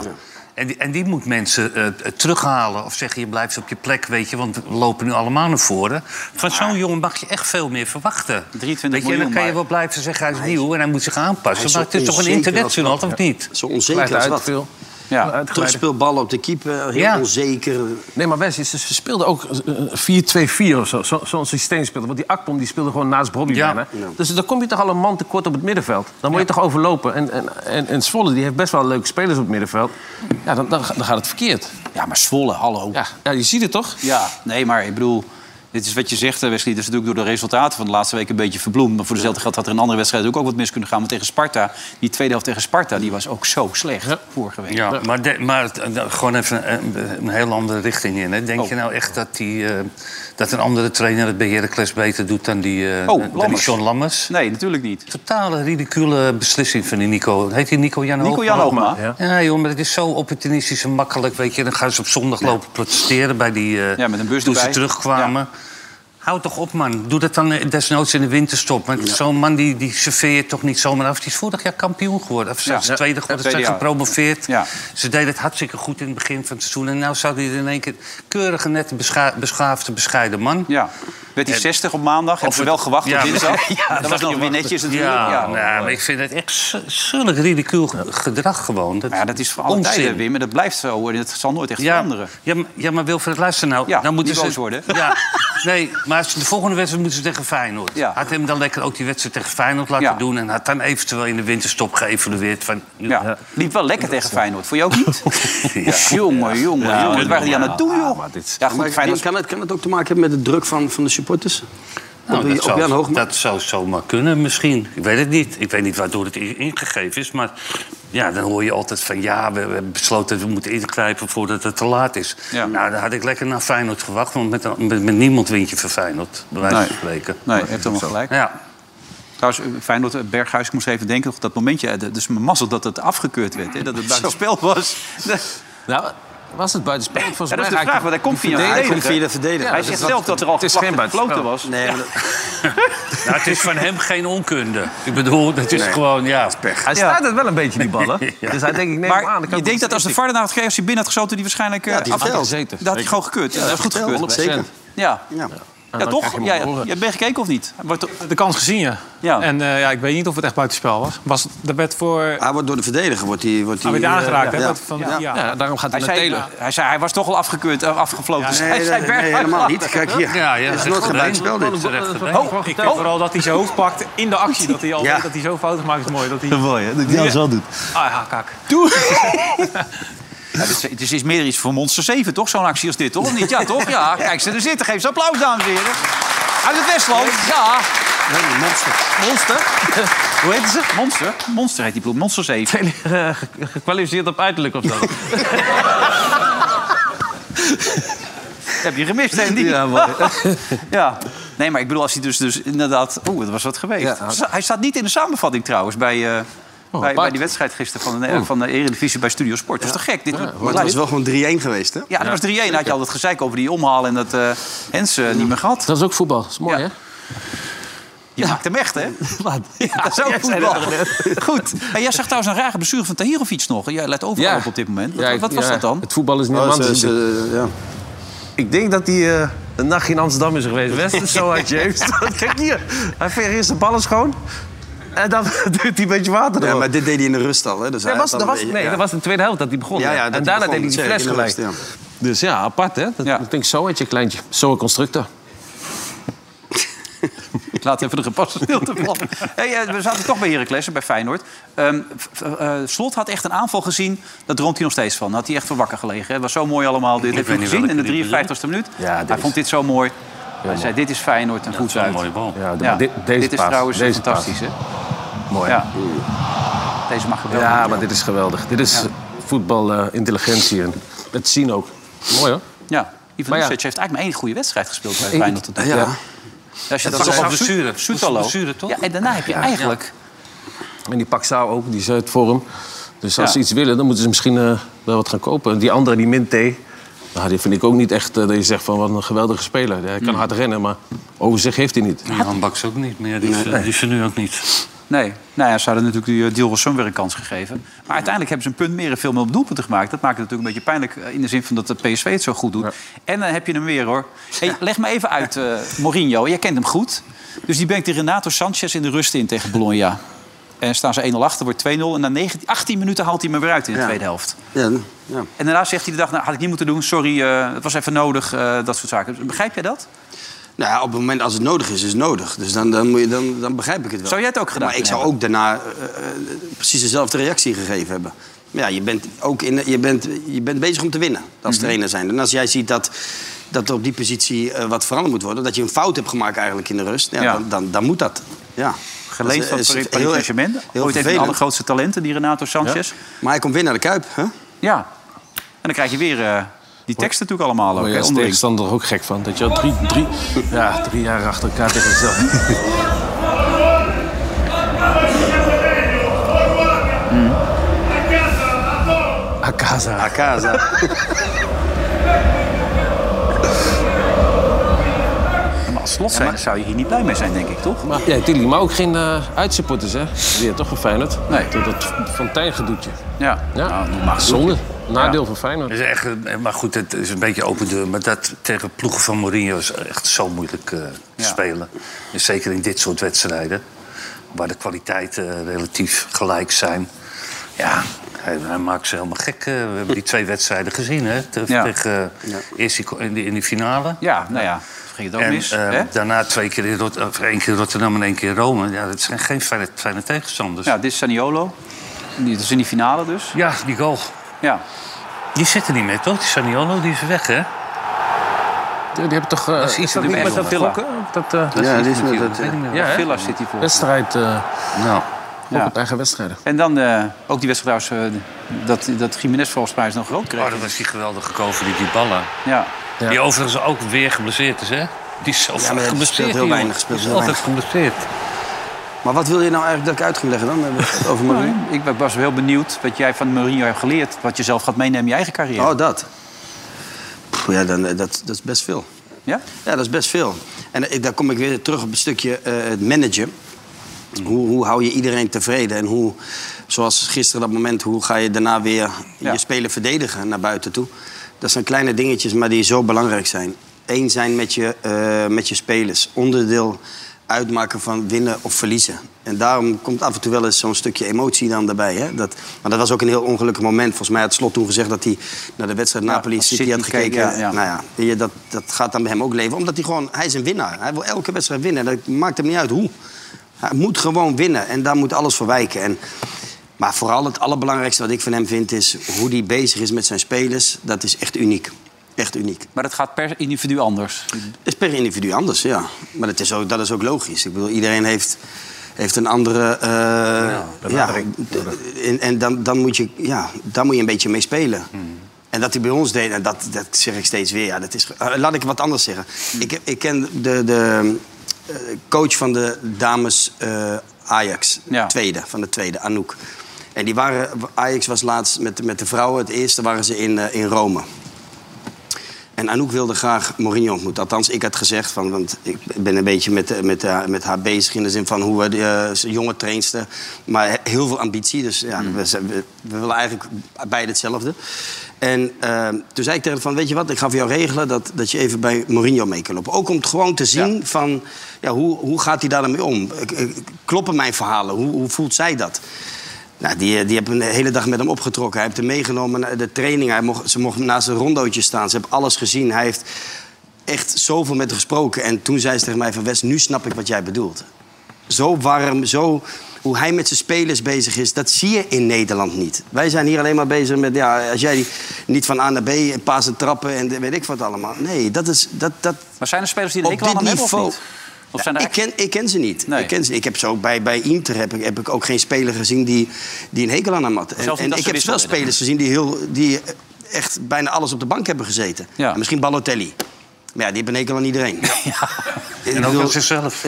Speaker 5: En, die, en die moet mensen eh, terughalen of zeggen... je blijft op je plek, weet je, want we lopen nu allemaal naar voren. Van zo'n jongen mag je echt veel meer verwachten.
Speaker 2: 23
Speaker 5: weet je, en dan
Speaker 2: miljoen,
Speaker 5: kan je
Speaker 2: maar-
Speaker 5: wel blijven zeggen, hij is nieuw en hij moet zich
Speaker 6: Hij
Speaker 5: aanpassen.
Speaker 6: is
Speaker 5: Maar
Speaker 6: zo
Speaker 5: het is toch een
Speaker 6: onzeker als
Speaker 5: international,
Speaker 6: wat,
Speaker 5: of
Speaker 6: ja.
Speaker 5: niet?
Speaker 6: Zo onzeker als
Speaker 15: Uit
Speaker 6: wat.
Speaker 15: veel.
Speaker 2: Ja.
Speaker 6: Terugspeelballen op de keeper, heel
Speaker 15: Ja.
Speaker 6: onzeker.
Speaker 15: Nee, maar Wes, ze speelden ook eh, 4-2-4 of zo. Zo- Zo'n systeem speelde. Want die Akpom die speelde gewoon naast Bobby
Speaker 5: Ja.
Speaker 15: bijna. Dus dan kom je toch al een man tekort op het middenveld. Dan moet je toch overlopen. En, en, en, en Zwolle die heeft best wel leuke spelers op het middenveld. Ja, dan, dan, ga- dan gaat het verkeerd.
Speaker 2: Ja, maar Zwolle, hallo.
Speaker 15: Ja, ja je ziet het toch?
Speaker 2: Ja, nee, maar ik bedoel... Dit is wat je zegt, eh, Wesley. Dat is natuurlijk door de resultaten van de laatste week een beetje verbloemd. Maar voor dezelfde geld had er in andere wedstrijden ook, ook wat mis kunnen gaan. Want tegen Sparta, die tweede helft tegen Sparta, die was ook zo slecht vorige week.
Speaker 5: Ja, maar, de- maar het- eh, gewoon even een, een heel andere richting in. Hè. Denk
Speaker 2: Oh.
Speaker 5: je nou echt dat, die, eh, dat een andere trainer het bij Heracles beter doet dan die, eh,
Speaker 2: Oh,
Speaker 5: dan die
Speaker 2: Lammers.
Speaker 5: John Lammers?
Speaker 2: Nee, natuurlijk niet.
Speaker 5: Totale ridicule beslissing van die Nico. Heet die Nico Jan
Speaker 2: Nico Jan
Speaker 5: Hoogma?
Speaker 2: Hoogma,
Speaker 5: Ja. joh, maar het is zo opportunistisch en makkelijk. Weet je. Dan gaan ze op zondag lopen protesteren bij die... eh,
Speaker 2: Ja, met een bus
Speaker 5: Toen ze
Speaker 2: erbij.
Speaker 5: terugkwamen. Hou toch op, man. Doe dat dan eh, desnoods in de winterstop. Want zo'n man die, die serveer je toch niet zomaar af. Die is vorig jaar kampioen geworden. Of zelfs
Speaker 2: Ja.
Speaker 5: tweede
Speaker 2: Ja,
Speaker 5: geworden.
Speaker 2: tweede
Speaker 5: Zijn
Speaker 2: jaar.
Speaker 5: gepromoveerd.
Speaker 2: Ja.
Speaker 5: Ze deden het hartstikke goed in het begin van het seizoen. En nou zou hij er in één keer keurige, nette, bescha- beschaafde, bescheiden man. Eh,
Speaker 2: Ja. Werd hij 60 op maandag? Hebben ze wel gewacht op dinsdag? Ja, dat was nog weer netjes natuurlijk.
Speaker 5: Ja,
Speaker 2: Ja.
Speaker 5: nou, maar ik vind het echt z- zulk ridicuul ge- gedrag gewoon. Dat,
Speaker 2: Maar Nou ja, dat is voor alle
Speaker 5: onzin.
Speaker 2: tijden, Wim. En dat blijft zo. hoor. En Het zal nooit echt
Speaker 5: Ja,
Speaker 2: veranderen.
Speaker 5: ja, maar- ja, maar Wilfred, luister nou.
Speaker 2: Ja,
Speaker 5: dan moeten
Speaker 2: niet
Speaker 5: ze,
Speaker 2: boos worden.
Speaker 5: Ja, nee, maar als- de volgende wedstrijd moeten ze tegen Feyenoord. Had hem dan lekker ook die wedstrijd tegen Feyenoord laten doen... en had dan eventueel in de winterstop geëvalueerd van...
Speaker 2: Ja. Liep wel lekker tegen Feyenoord. Voor je ook niet? Jongen, jongen, jongen. Wat waren die aan het doen, joh? Ja, goed,
Speaker 6: Maar
Speaker 2: Feyenoord...
Speaker 6: kan, het, kan het ook te maken hebben met de druk van, van de supporters?
Speaker 5: Nou,
Speaker 6: op,
Speaker 5: dat,
Speaker 6: op Jan
Speaker 5: zou,
Speaker 6: Hoogma?
Speaker 5: dat zou zomaar kunnen misschien. Ik weet het niet. Ik weet niet waardoor het in- ingegeven is. Maar ja, dan hoor je altijd van... ja, we, we hebben besloten dat we moeten ingrijpen voordat het te laat is. Nou, dan had ik lekker naar Feyenoord gewacht. Want met, met, met niemand wint je van Feyenoord. Bij wijze
Speaker 2: Nee.
Speaker 5: van spreken.
Speaker 2: Nee, je hebt helemaal gelijk.
Speaker 5: Ja.
Speaker 2: Trouwens, eh, Feyenoord, eh, Berghuis, ik moest even denken op dat momentje. eh, Het is mijn mazzel dat het afgekeurd werd, hè, dat het buitenspel was.
Speaker 15: Nou, was het buitenspel? Volgens
Speaker 2: Ja, dat is de
Speaker 15: mij
Speaker 2: vraag,
Speaker 15: raakte
Speaker 2: want hij komt
Speaker 15: die
Speaker 2: via-
Speaker 15: verdediger-
Speaker 2: hij komt via de
Speaker 6: verdediger.
Speaker 2: Hij
Speaker 15: dus
Speaker 2: zegt
Speaker 15: dat-
Speaker 2: zelf dat er al
Speaker 15: het is geen
Speaker 2: geplacht en gefloten
Speaker 15: buitenspel.
Speaker 2: was.
Speaker 6: Nee, maar
Speaker 5: Nou, het is van hem geen onkunde. Ik bedoel, het is
Speaker 15: Nee.
Speaker 5: gewoon... Ja,
Speaker 15: Hij staat het wel een beetje, die ballen.
Speaker 5: Ja.
Speaker 15: Dus hij denkt, ik neem
Speaker 2: maar
Speaker 15: hem aan. dan kan
Speaker 2: je
Speaker 15: ik
Speaker 2: denkt
Speaker 15: hem
Speaker 2: dat als de VAR daarna had gegeven, als hij binnen had geschoten, die waarschijnlijk eh,
Speaker 15: Ja, die
Speaker 2: af-
Speaker 15: had
Speaker 2: had
Speaker 15: gezeten.
Speaker 2: Dat had hij
Speaker 15: Zeker.
Speaker 2: gewoon gekeurd. Ja,
Speaker 15: Ja,
Speaker 2: dat is goed
Speaker 15: dat
Speaker 2: gekeurd.
Speaker 15: telt, zeker.
Speaker 2: Ja.
Speaker 6: Ja.
Speaker 2: Ja,
Speaker 15: dan
Speaker 2: toch?
Speaker 15: krijg je hem op
Speaker 2: Ja,
Speaker 15: de
Speaker 2: je
Speaker 15: oren.
Speaker 2: hebt ben gekeken of niet? Wordt toch-
Speaker 4: De kans gezien, ja.
Speaker 2: Ja.
Speaker 4: En eh, ja, ik weet niet of het echt buitenspel was. was er werd voor...
Speaker 6: Hij wordt Ah, door de verdediger wordt die, wordt
Speaker 4: Hij
Speaker 6: die,
Speaker 4: werd
Speaker 6: eh,
Speaker 4: aangeraakt, hè?
Speaker 6: ja.
Speaker 4: Wat van-
Speaker 6: Ja.
Speaker 4: ja.
Speaker 15: Ja, daarom gaat hij,
Speaker 2: Hij
Speaker 15: naar
Speaker 2: zei,
Speaker 15: Telen.
Speaker 2: hij zei, hij was toch al afgekeurd, eh, afgefloten.
Speaker 6: Nee,
Speaker 2: hij
Speaker 6: nee,
Speaker 2: zei
Speaker 6: nee,
Speaker 2: Berghuis
Speaker 6: helemaal
Speaker 2: had
Speaker 6: niet.
Speaker 2: het.
Speaker 6: Kijk hier.
Speaker 5: Ja, ja,
Speaker 6: Het is
Speaker 5: dat
Speaker 6: nooit
Speaker 5: is
Speaker 6: geen buitenspel
Speaker 5: goed.
Speaker 6: dit.
Speaker 5: Dat is terecht gedaan.
Speaker 4: Oh, ik denk
Speaker 2: oh.
Speaker 4: vooral dat hij zijn hoofd pakt in de actie. Dat hij al
Speaker 6: Ja.
Speaker 4: weet dat hij zo fouten maakt is mooi. Dat hij...
Speaker 16: mooi, hè? Dat hij dat zo doet.
Speaker 4: Ah ja, kak.
Speaker 2: Ja, dit is- Het is, is meer iets voor Monster 7, toch? Zo'n actie als dit, toch? Of niet? Ja, toch? Ja, kijk, ze er zitten. Geef ze applaus, dames en heren. Uit het Westland. Ja. monster. Monster? Hoe heet ze? Monster. Monster heet die ploeg. Monster 7.
Speaker 15: Gekwalificeerd op uiterlijk of zo.
Speaker 2: heb je gemist, Andy. Ja,
Speaker 15: mooi.
Speaker 2: ja. Nee, maar ik bedoel, als hij dus, dus inderdaad... Oeh, dat was wat geweest.
Speaker 15: Ja. Oh,
Speaker 2: Sa- Hij staat niet in de samenvatting trouwens bij... eh, bij, bij
Speaker 15: apart.
Speaker 2: die wedstrijd gisteren van de, van de Eredivisie bij Studio Sport. Dat is toch gek? Dit
Speaker 6: Maar het was wel gewoon 3-1 geweest, hè?
Speaker 2: Ja, dat was 3-1. Dan had je al dat gezeik over die omhaal en dat eh Hens eh, niet meer gehad.
Speaker 15: Dat is ook voetbal. Dat is mooi, hè?
Speaker 2: Je maakt hem echt, hè? Ja, dat is ook voetbal. Goed. En jij zag trouwens een rare blessure van Tahirovic nog. Jij let overal
Speaker 15: Ja.
Speaker 2: op op dit moment. Wat,
Speaker 15: Ja, ik-
Speaker 2: wat was
Speaker 15: ja,
Speaker 2: dat dan?
Speaker 15: Het voetbal is niet
Speaker 6: Oh,
Speaker 15: aan
Speaker 6: ze-
Speaker 15: te zien.
Speaker 6: ze- ja.
Speaker 15: Ik denk dat hij eh, een nachtje in Amsterdam is geweest. West is zo uit James. Kijk hier. Hij veegt eerst de ballen schoon. En dan duwt hij een beetje water
Speaker 6: Ja,
Speaker 15: door.
Speaker 6: maar dit deed hij in de rust al, hè? Dus
Speaker 15: Nee,
Speaker 6: hij
Speaker 15: was,
Speaker 6: had
Speaker 15: dat
Speaker 6: al
Speaker 15: was,
Speaker 6: een
Speaker 15: nee,
Speaker 6: beetje-
Speaker 15: dat was de tweede helft dat hij begon.
Speaker 6: Ja, ja,
Speaker 15: en
Speaker 6: dat
Speaker 15: daarna
Speaker 6: hij begon,
Speaker 15: deed hij die
Speaker 6: dat
Speaker 15: fles
Speaker 6: zei ik in de
Speaker 15: gelijk.
Speaker 6: rest,
Speaker 15: Dus ja, apart hè. Dat, Ik denk zo uit je kleintje. Zo'n constructor.
Speaker 2: Ik laat even de gepaste stilte vallen. Hey, eh, we zaten toch bij Heracles, en bij Feyenoord. Ehm, f- f- eh, Slot had echt een aanval gezien. Daar droomt hij nog steeds van. Daar had hij echt voor wakker gelegen. hè. Het was zo mooi allemaal. Dit heb je
Speaker 5: weet niet
Speaker 2: gezien in de
Speaker 5: welke die
Speaker 2: 53e minuut. hij vond dit zo mooi. Hij zei, dit is Feyenoord en goed uit.
Speaker 5: mooie bal.
Speaker 2: Ja,
Speaker 15: de- dit- deze
Speaker 2: dit is
Speaker 15: paas,
Speaker 2: trouwens
Speaker 15: deze
Speaker 2: fantastisch, hè?
Speaker 15: paas. Mooi.
Speaker 2: Ja. Deze mag geweldig.
Speaker 15: Ja, maar dit is geweldig. Dit is voetbalintelligentie en het zien ook. Mooi hoor.
Speaker 2: Ja, Ivan
Speaker 15: Maar ja.
Speaker 2: Lucic heeft eigenlijk maar één goede wedstrijd gespeeld bij
Speaker 15: Ik-
Speaker 2: Feyenoord. tot nu toe.
Speaker 15: Ja.
Speaker 2: Als je
Speaker 15: Het
Speaker 2: dat
Speaker 15: was
Speaker 2: zag
Speaker 15: een
Speaker 2: op
Speaker 15: blessure.
Speaker 2: Su- Soetalo.
Speaker 15: Het was een blessure,
Speaker 2: Ja, en daarna heb je
Speaker 15: Ja.
Speaker 2: eigenlijk...
Speaker 15: En die Paxao ook, die zit voor hem. Dus als
Speaker 2: Ja.
Speaker 15: ze iets willen, dan moeten ze misschien eh, wel wat gaan kopen. Die andere, die Minte, nou, die vind ik ook niet echt eh, dat je zegt van wat een geweldige speler. Hij
Speaker 2: Hmm.
Speaker 15: kan hard rennen, maar over zich heeft hij niet.
Speaker 5: Die handbaks ook niet meer. Die is, eh,
Speaker 15: Nee.
Speaker 5: die is er nu ook niet.
Speaker 2: Nee, nou ja, ze hadden natuurlijk die eh, Dilrosun weer een kans gegeven. Maar uiteindelijk hebben ze een punt meer en veel meer op doelpunten gemaakt. Dat maakt het natuurlijk een beetje pijnlijk eh, in de zin van dat de PSV het zo goed doet. En dan heb je hem weer, hoor. Hey, leg me even uit, eh, Mourinho. Jij kent hem goed. Dus die brengt die Renato Sanchez in de rust in tegen Bologna. En staan ze 1-0 achter, wordt 2-0. En na 19, 18 minuten haalt hij me weer uit in de
Speaker 6: Ja.
Speaker 2: tweede helft.
Speaker 6: Ja, ja.
Speaker 2: En daarna zegt hij de dag, nou, had ik niet moeten doen. Sorry, eh, het was even nodig. eh, dat soort zaken. Begrijp jij dat?
Speaker 6: Nou ja, op het moment als het nodig is, is het nodig. Dus dan, dan, moet je, dan, dan begrijp ik het wel.
Speaker 2: Zou jij het ook gedaan
Speaker 6: Maar ik zou
Speaker 2: kunnen
Speaker 6: ook daarna eh, eh, precies dezelfde reactie gegeven hebben. Maar ja, je bent, ook in, je bent, je bent bezig om te winnen als
Speaker 2: Mhm.
Speaker 6: trainer zijn. En als jij ziet dat, dat er op die positie eh, wat veranderd moet worden... dat je een fout hebt gemaakt eigenlijk in de rust... Ja,
Speaker 2: Ja.
Speaker 6: Dan, dan, dan moet dat. Ja.
Speaker 2: Geleend van
Speaker 6: Dat is- is
Speaker 2: Paris
Speaker 6: heel-
Speaker 2: Saint-Germain.
Speaker 6: heel
Speaker 2: Ooit een van de
Speaker 6: vervelend.
Speaker 2: allergrootste talenten, die Renato Sanchez.
Speaker 6: Maar hij komt weer naar de Kuip, hè?
Speaker 2: Ja. En dan krijg je weer eh, die teksten natuurlijk allemaal ook.
Speaker 15: Daar ben
Speaker 2: hè,
Speaker 15: je als
Speaker 2: onderling.
Speaker 15: tegenstander ook gek van. Dat je al drie, drie, ja, drie jaar achter elkaar tegen jezelf... Akaza.
Speaker 6: Akaza.
Speaker 2: Maar als slot zijn, zou je hier niet blij mee zijn, denk ik, toch?
Speaker 15: Maar, ja, Tilly, maar ook geen eh, uitsupporters, hè? Weer toch een Feyenoord?
Speaker 2: Nee.
Speaker 15: Dat, dat Fontijn gedoetje.
Speaker 2: Ja, Nou,
Speaker 15: ja.
Speaker 2: maar
Speaker 15: zonde. Nadeel
Speaker 5: Ja.
Speaker 15: van Feyenoord.
Speaker 5: Dat is echt, een- maar goed, het is een beetje open deur. Maar dat tegen ploegen van Mourinho is echt zo moeilijk eh, te spelen. En zeker in dit soort wedstrijden. Waar de kwaliteiten eh, relatief gelijk zijn. Ja, hij, hij maakt ze helemaal gek. eh. we hebben die twee wedstrijden gezien, hè? Te-
Speaker 2: Ja.
Speaker 5: Tegen, eh, Eerst die ko- in, die, in die finale.
Speaker 2: Ja, nou ja, ging het ook
Speaker 5: En
Speaker 2: mis.
Speaker 5: eh,
Speaker 2: hè?
Speaker 5: daarna twee keer in Rot- of één keer Rotterdam en één keer Rome. Ja, dat zijn geen fijne, fijne tegenstanders.
Speaker 2: Ja, dit is Saniolo. Die is in die finale dus.
Speaker 5: Ja, die goal.
Speaker 2: Ja.
Speaker 5: Die zit er niet meer, toch? Die Saniolo, die is weg, hè?
Speaker 15: Die hebben toch... eh,
Speaker 5: Dat is iets
Speaker 15: dat
Speaker 5: met
Speaker 15: niet
Speaker 5: de
Speaker 15: met dat
Speaker 5: Villa.
Speaker 15: gokken? Dat, eh,
Speaker 5: Dat is Ja, iets dit is met met die- dat,
Speaker 15: Ja,
Speaker 5: eh,
Speaker 2: Ja,
Speaker 15: hè?
Speaker 2: Villa zit hier voor.
Speaker 15: Wedstrijd... eh
Speaker 5: nou.
Speaker 2: Ja.
Speaker 15: Op eigen wedstrijden.
Speaker 2: En dan eh, ook die wedstrijd trouwens, eh, dat, dat Jiménez volgens mij is nog rood kreeg.
Speaker 5: Oh, dat was die geweldige goal van die ballen.
Speaker 2: Ja.
Speaker 5: Die overigens ook weer geblesseerd is, hè? Die is zo
Speaker 6: Ja,
Speaker 5: vaak
Speaker 6: maar het
Speaker 5: geblesseerd.
Speaker 6: speelt heel
Speaker 5: die jongen.
Speaker 6: weinig. Speelt
Speaker 5: Die is
Speaker 6: heel
Speaker 5: altijd geblesseerd.
Speaker 6: Maar wat wil je nou eigenlijk dat ik uit ging leggen dan? Hebben we het Over Mourinho?
Speaker 2: Nou, ik ben- was wel benieuwd wat jij van Mourinho hebt geleerd. Wat je zelf gaat meenemen in je eigen carrière.
Speaker 6: Oh, dat. Pff, ja, dan, eh, dat, dat is best veel.
Speaker 2: Ja?
Speaker 6: Ja, dat is best veel. En eh, ik- daar kom ik weer terug op het stukje eh, het managen. Hoe, hoe hou je iedereen tevreden? En hoe, zoals gisteren dat moment, hoe ga je daarna weer je spelen verdedigen naar buiten toe? Dat zijn kleine dingetjes, maar die zo belangrijk zijn. Eén zijn met je, eh, met je spelers. Onderdeel uitmaken van winnen of verliezen. En daarom komt af en toe wel eens zo'n stukje emotie dan daarbij. Hè? Dat, maar dat was ook een heel ongelukkig moment. Volgens mij had Slot toen gezegd dat hij naar de wedstrijd Napoli-City
Speaker 2: City
Speaker 6: had gekeken.
Speaker 2: keek, ja, ja.
Speaker 6: Nou ja, weet je, dat, dat gaat dan bij hem ook leven. Omdat hij gewoon, hij is een winnaar. Hij wil elke wedstrijd winnen. Dat maakt hem niet uit hoe. Hij moet gewoon winnen en daar moet alles voor wijken. En, maar vooral het allerbelangrijkste wat ik van hem vind is hoe hij bezig is met zijn spelers. Dat is echt uniek. Echt uniek.
Speaker 2: Maar dat gaat per individu anders.
Speaker 6: Het is per individu anders, ja. Maar dat is ook, dat is ook logisch. Ik bedoel, iedereen heeft, heeft een andere. eh, ja, en en dan, dan, moet je, ja, daar moet je een beetje mee spelen. En dat hij bij ons deed, en dat, dat zeg ik steeds weer. Ja, dat is, ge- Eh, laat ik wat anders zeggen. Ik, heb- ik ken de, de eh, coach van de dames eh, Ajax,
Speaker 2: Ja.
Speaker 6: tweede, van de tweede, Anouk. En die waren, Ajax was laatst met, met de vrouwen, het eerste waren ze in, eh, in Rome. En Anouk wilde graag Mourinho ontmoeten. Althans, ik had gezegd, van, want ik ben een beetje met, met, haar- met haar bezig... in de zin van hoe we de eh, ze- jonge trainster... maar heel veel ambitie, dus ja, we, zijn- we, we willen eigenlijk beide hetzelfde. En eh, toen zei ik tegen haar van, weet je wat, ik ga voor jou regelen... dat, dat je even bij Mourinho mee kan lopen. Ook om het gewoon te zien van, ja, hoe, hoe gaat hij daar dan mee om? Ik- ik- Kloppen mijn verhalen? Hoe, hoe voelt zij dat? Nou, die, eh, die hebben een hele dag met hem opgetrokken. Hij heeft hem meegenomen naar de training. Hij mocht, ze mochten naast een rondootje staan. Ze hebben alles gezien. Hij heeft echt zoveel met haar gesproken. En toen zei ze tegen mij van... Wes, nu snap ik wat jij bedoelt. Zo warm, zo hoe hij met zijn spelers bezig is, dat zie je in Nederland niet. Wij zijn hier alleen maar bezig met, ja, als jij die, niet van A naar B, pasen, trappen en weet ik wat allemaal. Nee, dat is... Dat, dat,
Speaker 2: maar zijn er spelers die een hekel aan hem hebben of niet? Of zijn er
Speaker 6: ik, ken, ik ken ze niet. Ik, ken ze, ik heb ze ook bij, bij Inter heb ik, heb ik ook geen speler gezien die, die een hekel aan hem had. En,
Speaker 2: Zelfs niet
Speaker 6: en
Speaker 2: als
Speaker 6: ik
Speaker 2: ze
Speaker 6: heb wel
Speaker 2: wisselen.
Speaker 6: spelers gezien die, heel, die echt bijna alles op de bank hebben gezeten.
Speaker 2: Ja.
Speaker 6: En misschien Balotelli. Maar ja, die hebben een hekel aan iedereen. Ik
Speaker 15: En ook
Speaker 6: bedoel-
Speaker 15: aan
Speaker 5: zichzelf.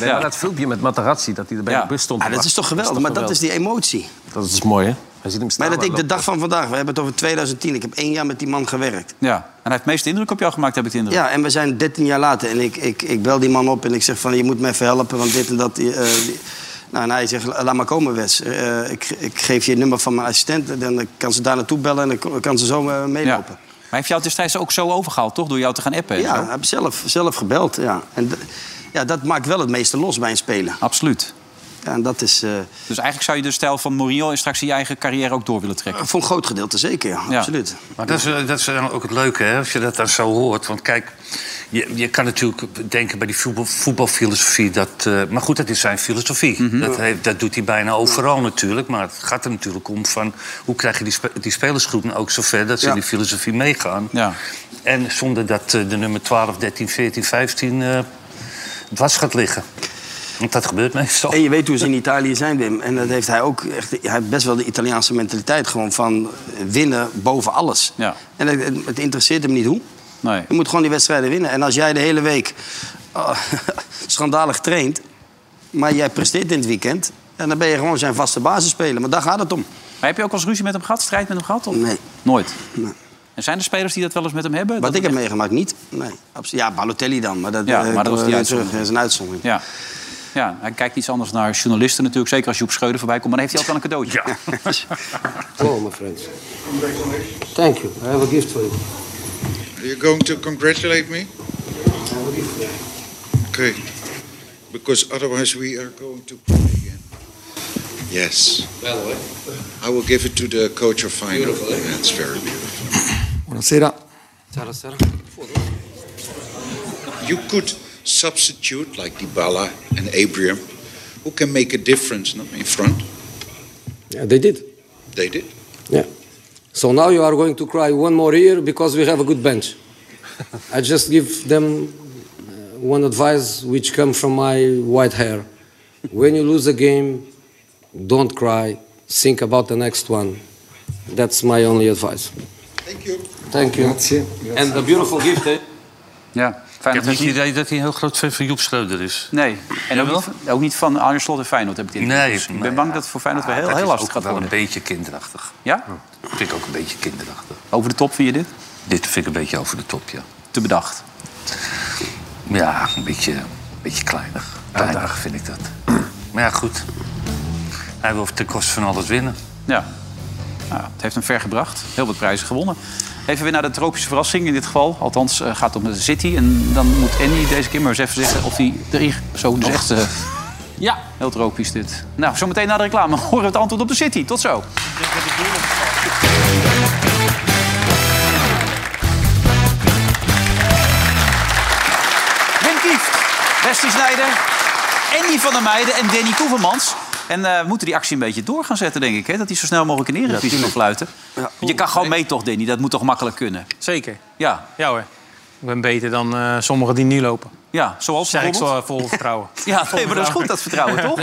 Speaker 15: Nee, maar Dat filmpje met Materazzi, dat hij er bij de bus stond.
Speaker 6: Ah, dat is toch geweldig, maar dat is die emotie.
Speaker 15: Dat is mooi, hè? Hij ziet hem staan.
Speaker 6: Maar dat ik de
Speaker 15: lopen.
Speaker 6: dag van vandaag, we hebben het over 2010, ik heb één jaar met die man gewerkt.
Speaker 2: Ja, en hij heeft de meeste indruk op jou gemaakt, heb ik de indruk.
Speaker 6: Ja, en we zijn 13 jaar later en ik, ik, ik bel die man op en ik zeg van je moet me even helpen, want dit en dat. eh, die- nou, en hij zegt, laat maar komen, Wes. Eh, ik, ik geef je het nummer van mijn assistent, en dan kan ze daar naartoe bellen en dan ko- kan ze zo eh,
Speaker 2: Ja.
Speaker 6: meelopen.
Speaker 2: Maar hij heeft jou destijds ook zo overgehaald, toch? Door jou te gaan appen.
Speaker 6: Ja, eh,
Speaker 2: en zo?
Speaker 6: hij heeft zelf, zelf gebeld, ja. En d- ja, dat maakt wel het meeste los bij een speler.
Speaker 2: Absoluut.
Speaker 6: Ja, en dat is... eh,
Speaker 2: Dus eigenlijk zou je de stijl van Mourinho en straks in je eigen carrière ook door willen trekken.
Speaker 6: Voor een groot gedeelte zeker, ja. Absoluut.
Speaker 5: Maar dat is, eh, dat is dan ook het leuke, hè, als je dat dan zo hoort. Want kijk, je, je kan natuurlijk denken bij die voetbal, voetbalfilosofie... Dat, eh, maar goed, dat is zijn filosofie.
Speaker 2: Mhm.
Speaker 5: dat, heeft, dat doet hij bijna overal natuurlijk. Maar het gaat er natuurlijk om van... hoe krijg je die, spe- die spelersgroepen ook zover dat ze
Speaker 2: Ja.
Speaker 5: in die filosofie meegaan.
Speaker 2: Ja.
Speaker 5: En zonder dat eh, de nummer 12, 13, 14, 15 eh dwars gaat liggen. Want dat gebeurt meestal.
Speaker 6: En je weet hoe ze in Italië zijn, Wim. En dat heeft hij ook echt. Hij heeft best wel de Italiaanse mentaliteit gewoon van winnen boven alles.
Speaker 2: Ja.
Speaker 6: En het, het interesseert hem niet hoe.
Speaker 2: Nee.
Speaker 6: Je moet gewoon die wedstrijden winnen. En als jij de hele week ah, schandalig traint, maar jij presteert in het weekend, en dan ben je gewoon zijn vaste basisspeler. Maar daar gaat het om.
Speaker 2: Maar heb je ook als ruzie met hem gehad, strijd met hem gehad? Of?
Speaker 6: Nee.
Speaker 2: Nooit.
Speaker 6: Nee.
Speaker 2: En zijn er spelers die dat wel eens met hem hebben?
Speaker 6: Wat
Speaker 2: Dat
Speaker 6: ik heb
Speaker 2: het echt-
Speaker 6: meegemaakt, niet. Nee, absolu- ja, Balotelli dan. Maar dat,
Speaker 2: Ja,
Speaker 6: eh,
Speaker 2: maar dat was die
Speaker 6: eh,
Speaker 2: uitzondering.
Speaker 6: terug, Dat is een uitzondering.
Speaker 2: Ja. ja, hij kijkt iets anders naar journalisten natuurlijk. Zeker als Joep Schreuder voorbij komt. Maar dan heeft hij altijd wel een cadeautje.
Speaker 16: Hello, my friends. Thank you. I have a gift for you.
Speaker 17: Are you going to congratulate me? Okay. Because otherwise we are going to play again. Yes.
Speaker 16: Well, eh?
Speaker 17: I will give it to the coach of final.
Speaker 16: Beautiful, eh?
Speaker 17: That's very beautiful.
Speaker 18: Buonasera.
Speaker 16: Sarah, Sarah.
Speaker 17: You could substitute like Dybala and Abraham, who can make a difference, not in front.
Speaker 16: Yeah, they did.
Speaker 17: They did.
Speaker 16: So now you are going to cry one more year because we have a good bench. I just give them uh, one advice which comes from my white hair. When you lose a game, don't cry. Think about the next one. That's my only advice. Thank you. Thank you. And a beautiful gift, eh?
Speaker 2: Ja,
Speaker 5: ik heb
Speaker 2: Feyenoord heeft
Speaker 5: niet het
Speaker 2: niet...
Speaker 5: idee dat hij een heel groot fan van Joep Schreuder is.
Speaker 2: Nee, en ook niet, van- ook niet van Arjen Slot en Feyenoord heb ik dit.
Speaker 5: Nee,
Speaker 2: Dus ik
Speaker 5: nee,
Speaker 2: ben bang dat het voor Feyenoord wel
Speaker 5: Ah,
Speaker 2: heel,
Speaker 5: dat
Speaker 2: heel
Speaker 5: is
Speaker 2: lastig
Speaker 5: ook
Speaker 2: gaat
Speaker 5: wel
Speaker 2: worden.
Speaker 5: een beetje kinderachtig.
Speaker 2: Ja?
Speaker 5: Vind ik ook een beetje kinderachtig.
Speaker 2: Over de top vind je dit?
Speaker 5: Dit vind ik een beetje over de top, ja.
Speaker 2: Te bedacht.
Speaker 5: Ja, een beetje, een beetje kleinig. Kleinig vind ik dat. Maar ja, goed. Hij wil ten koste van alles winnen.
Speaker 2: Ja. Nou, het heeft hem ver gebracht. Heel wat prijzen gewonnen. Even weer naar de tropische verrassing in dit geval. Althans, eh, gaat het om de City. En dan moet Andy deze keer maar eens even zeggen of hij erin... Zo,
Speaker 5: Oh.
Speaker 2: dus echt... eh,
Speaker 4: Ja.
Speaker 2: Heel tropisch dit. Nou, zometeen na de reclame horen we het antwoord op de City. Tot zo. Wim Kieft, Westie Snijder, Andy van der Meijden en Danny Koevermans. En eh, we moeten die actie een beetje door gaan zetten, denk ik. Hè? Dat die zo snel mogelijk een Eredivisie kan fluiten. Want je kan gewoon mee toch, Danny? Dat moet toch makkelijk kunnen?
Speaker 4: Zeker.
Speaker 2: Ja,
Speaker 4: Ja hoor. Ik ben beter dan eh, sommigen die nu lopen.
Speaker 2: ja zoals
Speaker 4: Zeg ik zo,
Speaker 2: bijvoorbeeld?
Speaker 4: eh, vol vertrouwen.
Speaker 2: Ja, nee, maar dat is goed, dat vertrouwen, toch?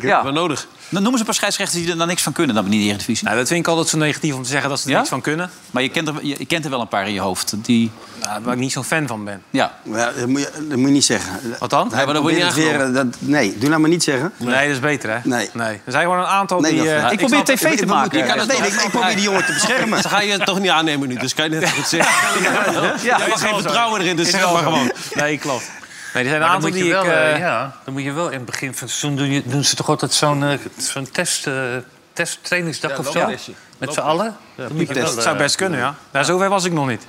Speaker 2: Ja.
Speaker 4: Wel nodig.
Speaker 2: Dan noemen ze een paar scheidsrechters die er dan niks van kunnen, dan niet in de Eredivisie.
Speaker 4: Nou, dat vind ik altijd zo negatief om te zeggen dat ze er niks van kunnen.
Speaker 2: Maar je kent, er, je, je kent er wel een paar in je hoofd. Die...
Speaker 4: Nou, waar ik niet zo'n fan van ben.
Speaker 2: Ja.
Speaker 6: Ja, dat, moet je, dat moet je niet zeggen.
Speaker 4: Wat dan?
Speaker 6: Hij
Speaker 4: Ja, maar dat word je
Speaker 6: probeert
Speaker 4: niet
Speaker 6: het weer, dat, nee, doe nou maar niet zeggen.
Speaker 4: Nee, dat is beter, hè?
Speaker 6: Nee.
Speaker 4: Er zijn gewoon een aantal
Speaker 6: Nee,
Speaker 4: die...
Speaker 6: dat-
Speaker 4: eh,
Speaker 6: ik probeer
Speaker 4: snap-
Speaker 6: tv te
Speaker 4: ik- ik-
Speaker 6: maken.
Speaker 4: ik-
Speaker 6: Ja, dat- nee, ik probeer die jongen te beschermen.
Speaker 3: Ze ga je het toch niet aannemen nu, dus kan je net zo goed zeggen.
Speaker 4: Ja,
Speaker 3: Ja, je
Speaker 4: is
Speaker 3: hebt
Speaker 4: wel
Speaker 3: geen
Speaker 4: zo.
Speaker 3: vertrouwen erin, dus
Speaker 4: Is
Speaker 3: zeg het
Speaker 4: wel
Speaker 3: maar
Speaker 4: zo.
Speaker 3: gewoon.
Speaker 4: Nee, klopt. Nee, er zijn een
Speaker 5: Maar dan
Speaker 4: aantal
Speaker 5: moet,
Speaker 4: die
Speaker 5: je wel,
Speaker 4: ik...
Speaker 5: eh,
Speaker 4: eh,
Speaker 5: ja, dan moet je wel in het begin van het seizoen doen, je- doen ze toch altijd zo'n eh, zo'n test, eh, test trainingsdag
Speaker 4: Ja,
Speaker 5: of zo?
Speaker 4: looptestje.
Speaker 5: Met z'n allen? Dan moet je wel,
Speaker 4: Dat zou
Speaker 5: eh,
Speaker 4: best kunnen, ja. Nou, zover was ik nog niet.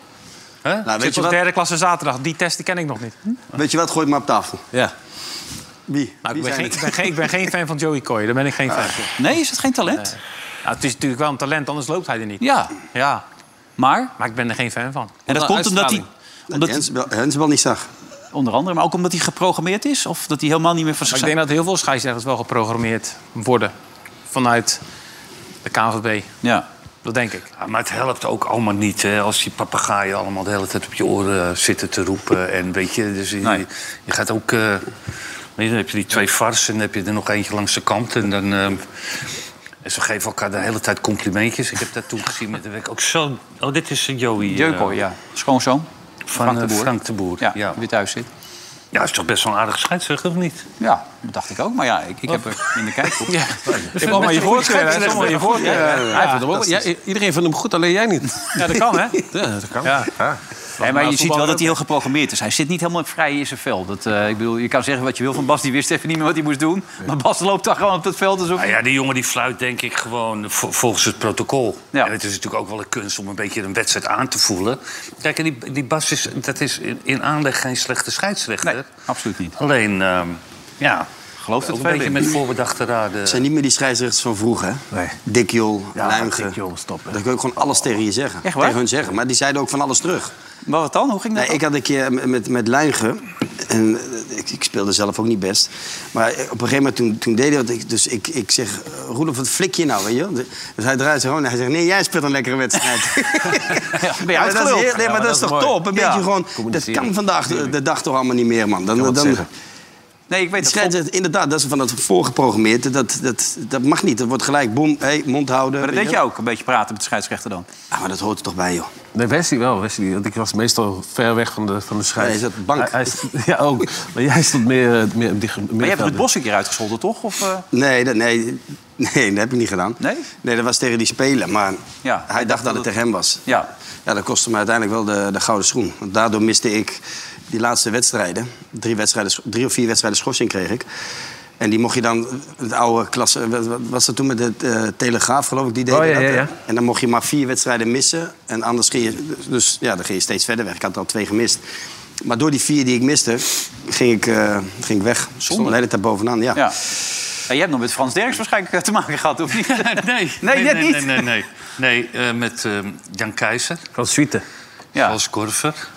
Speaker 5: Hè?
Speaker 4: Nou,
Speaker 6: weet
Speaker 4: weet
Speaker 6: je
Speaker 4: je
Speaker 6: wat-
Speaker 4: derde klasse zaterdag. Die testen ken ik nog niet.
Speaker 6: Weet je wat, gooi het maar op tafel.
Speaker 4: Ja.
Speaker 6: Wie?
Speaker 4: Nou,
Speaker 6: Wie
Speaker 4: ik, ben
Speaker 6: zijn
Speaker 4: geen,
Speaker 6: het? Ah.
Speaker 4: ik, ben geen, ik ben geen fan van Joey Coy. Daar ben ik geen fan van.
Speaker 2: Nee, is het geen talent?
Speaker 4: Nou, het is natuurlijk wel een talent, anders loopt hij er niet.
Speaker 2: Ja.
Speaker 4: ja.
Speaker 2: Maar?
Speaker 4: Maar ik ben er geen fan van.
Speaker 2: En dat komt omdat hij...
Speaker 6: Hens, wel- Hens wel niet zag.
Speaker 2: Onder andere. Maar ook omdat hij geprogrammeerd is? Of dat hij helemaal niet meer van
Speaker 4: Maar ik
Speaker 2: zichzelf...
Speaker 4: denk dat heel veel scheidsrechters wel geprogrammeerd worden vanuit de KNVB.
Speaker 2: Ja.
Speaker 4: Dat denk ik.
Speaker 5: Ja, maar het helpt ook allemaal niet hè, als die papegaaien allemaal de hele tijd op je oren eh, zitten te roepen. En weet je, dus je- je, gaat ook. eh, weet je, dan heb je die twee varsen en dan heb je er nog eentje langs de kant. En dan. eh, en ze geven elkaar de hele tijd complimentjes. Ik heb dat toen gezien met de week. Ook zo'n. Oh, dit is een Joey. eh,
Speaker 2: Jeuko, ja. Schoonzoon.
Speaker 5: Van
Speaker 2: Frank de
Speaker 5: eh,
Speaker 2: Boer.
Speaker 5: Frank de Boer. Ja,
Speaker 2: die weer thuis zit.
Speaker 5: Ja, is toch best wel een aardig scheidsrechter, of niet?
Speaker 2: Ja, dat dacht ik ook. Maar ja, ik, ik heb er in de kijk op.
Speaker 5: Ja.
Speaker 4: Het is allemaal je voorkeur, hè? Het is allemaal je voorkeur. Ja,
Speaker 15: Hij vindt hem ook-
Speaker 4: dat is-
Speaker 15: jij- iedereen vindt hem goed, alleen jij niet.
Speaker 4: Ja, dat kan, hè?
Speaker 15: Ja, dat kan.
Speaker 4: Ja.
Speaker 2: Nee, maar je
Speaker 15: voetbal
Speaker 2: ziet wel dat
Speaker 15: ook,
Speaker 2: hij heel geprogrammeerd is. Hij zit niet helemaal vrij in zijn vel. Dat, eh, ik bedoel, je kan zeggen wat je wil van Bas. Die wist even niet meer wat hij moest doen. Maar Bas loopt daar gewoon op dat veld. Alsof...
Speaker 5: Nou ja, die jongen die fluit denk ik gewoon vo- volgens het protocol. En het is natuurlijk ook wel een kunst om een beetje een wedstrijd aan te voelen. Kijk, en die, die Bas is, dat is in, in aanleg geen slechte scheidsrechter.
Speaker 2: absoluut niet.
Speaker 5: Alleen,
Speaker 4: eh,
Speaker 5: ehm, ja...
Speaker 2: Geloof
Speaker 5: ook een beetje met voorbedachte raden.
Speaker 6: Het zijn niet meer die scheidsrechters van vroeger, hè? Nee. Dik Jol, Luimgen. Dat kun je ook gewoon alles tegen je zeggen.
Speaker 2: Echt waar?
Speaker 6: Tegen hun zeggen. Maar die zeiden ook van alles terug.
Speaker 2: Maar wat dan? Hoe ging dat?
Speaker 6: Nee, ik had een keer m- met, met Luimgen... En eh, ik, ik speelde zelf ook niet best. Maar eh, op een gegeven moment toen, toen deed hij dat. ik- Dus ik, ik zeg, eh, Roelof, wat flik je nou, weet je wel? Dus hij draait zich gewoon en hij zegt... Nee, jij speelt een lekkere wedstrijd.
Speaker 2: ben je
Speaker 6: Ja, maar dat is
Speaker 2: uitgeluld?
Speaker 6: heel- nee,
Speaker 2: Ja,
Speaker 6: maar dat is toch
Speaker 2: mooi.
Speaker 6: top? Een
Speaker 2: Ja.
Speaker 6: beetje gewoon, dat kan vandaag de, de dag toch allemaal niet meer, man. Dan, dan,
Speaker 2: Nee, ik weet
Speaker 6: het scheidsrechter- Inderdaad, dat is van het voorgeprogrammeerd. Dat, dat, dat mag niet. Dat wordt gelijk, boem, hey, mond houden.
Speaker 2: Maar dat
Speaker 6: weet
Speaker 2: deed je ook, een beetje praten met de scheidsrechter dan.
Speaker 6: Ah, maar dat hoort er toch bij, joh.
Speaker 15: Nee, Wesley wel. Wesley, want ik was meestal ver weg van de, van de schijf.
Speaker 6: Nee, hij zat op de bank.
Speaker 15: Hij- hij st- ja, ook. Maar jij stond meer... eh, meer, op die, meer
Speaker 2: Maar je hebt het bos een keer uitgescholden, toch? Of, eh,
Speaker 6: Nee, dat, nee, nee, dat heb ik niet gedaan.
Speaker 2: Nee?
Speaker 6: Nee, dat was tegen die spelen. Maar
Speaker 2: Ja,
Speaker 6: hij dacht dat het tegen hem was.
Speaker 2: Ja.
Speaker 6: ja, dat kostte me uiteindelijk wel de, de gouden schoen. Want daardoor miste ik die laatste wedstrijden. Drie, wedstrijden, sch- drie of vier wedstrijden schorsing kreeg ik. En die mocht je dan, het oude klasse, wat- wat was dat toen met de eh, Telegraaf geloof ik, die deed
Speaker 15: Oh, ja,
Speaker 6: dat.
Speaker 15: ja,
Speaker 6: hè?
Speaker 15: ja.
Speaker 6: En dan mocht je maar vier wedstrijden missen. En anders ging je, dus ja, dan ging je steeds verder weg. Ik had er al twee gemist. Maar door die vier die ik miste, ging ik, eh, ging ik weg. Stond de hele tijd bovenaan, ja.
Speaker 2: ja. En jij hebt nog met Frans Derks waarschijnlijk eh, te maken gehad, of niet? nee,
Speaker 5: nee,
Speaker 2: nee, net
Speaker 5: nee,
Speaker 2: niet.
Speaker 5: nee, nee, nee. Nee, eh, met ehm, Jan Keizer.
Speaker 15: Van Suite.
Speaker 2: Ja.
Speaker 5: Als Korver.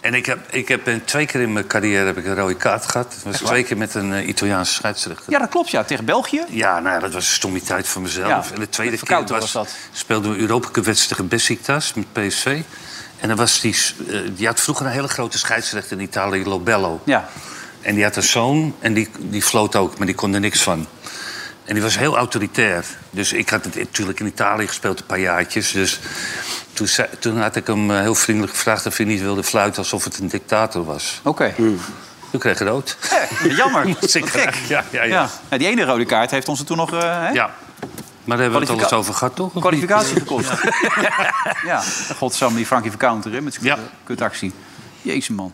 Speaker 5: En ik heb, ik heb een- twee keer in mijn carrière heb ik een rode kaart gehad. Dat was
Speaker 2: waar?
Speaker 5: twee keer met een eh, Italiaanse scheidsrechter.
Speaker 2: Ja, dat klopt, ja. Tegen België.
Speaker 5: Ja, nou ja, dat was een stommiteit van mezelf.
Speaker 2: Ja,
Speaker 5: en de tweede
Speaker 2: met
Speaker 5: keer
Speaker 2: Verkouten was
Speaker 5: was,
Speaker 2: dat.
Speaker 5: speelden we Europa Cup wedstrijd tegen Besiktas met PSV. En dan was die, s- eh, die had vroeger een hele grote scheidsrechter in Italië, Lobello.
Speaker 2: Ja.
Speaker 5: En die had een zoon en die, die floot ook, maar die kon er niks van. En die was heel autoritair. Dus ik had het natuurlijk in Italië gespeeld, een paar jaartjes. Dus toen, zei- toen had ik hem eh, heel vriendelijk gevraagd of hij niet wilde fluiten alsof het een dictator was.
Speaker 2: Oké.
Speaker 6: Hm.
Speaker 5: Toen kreeg hij rood.
Speaker 2: Jammer. Wat
Speaker 5: ik
Speaker 2: gek.
Speaker 5: Ja, ja, ja.
Speaker 2: Nou, die ene rode kaart heeft ons er toen nog... eh, hè?
Speaker 5: Ja. Maar daar hebben we het al
Speaker 2: Kwalifica-
Speaker 5: eens over gehad, toch? Of
Speaker 2: Kwalificatie
Speaker 5: niet?
Speaker 2: gekost. ja, godsam die Frankie Vercounter hè, met zijn kut- kutactie. Jezus, man.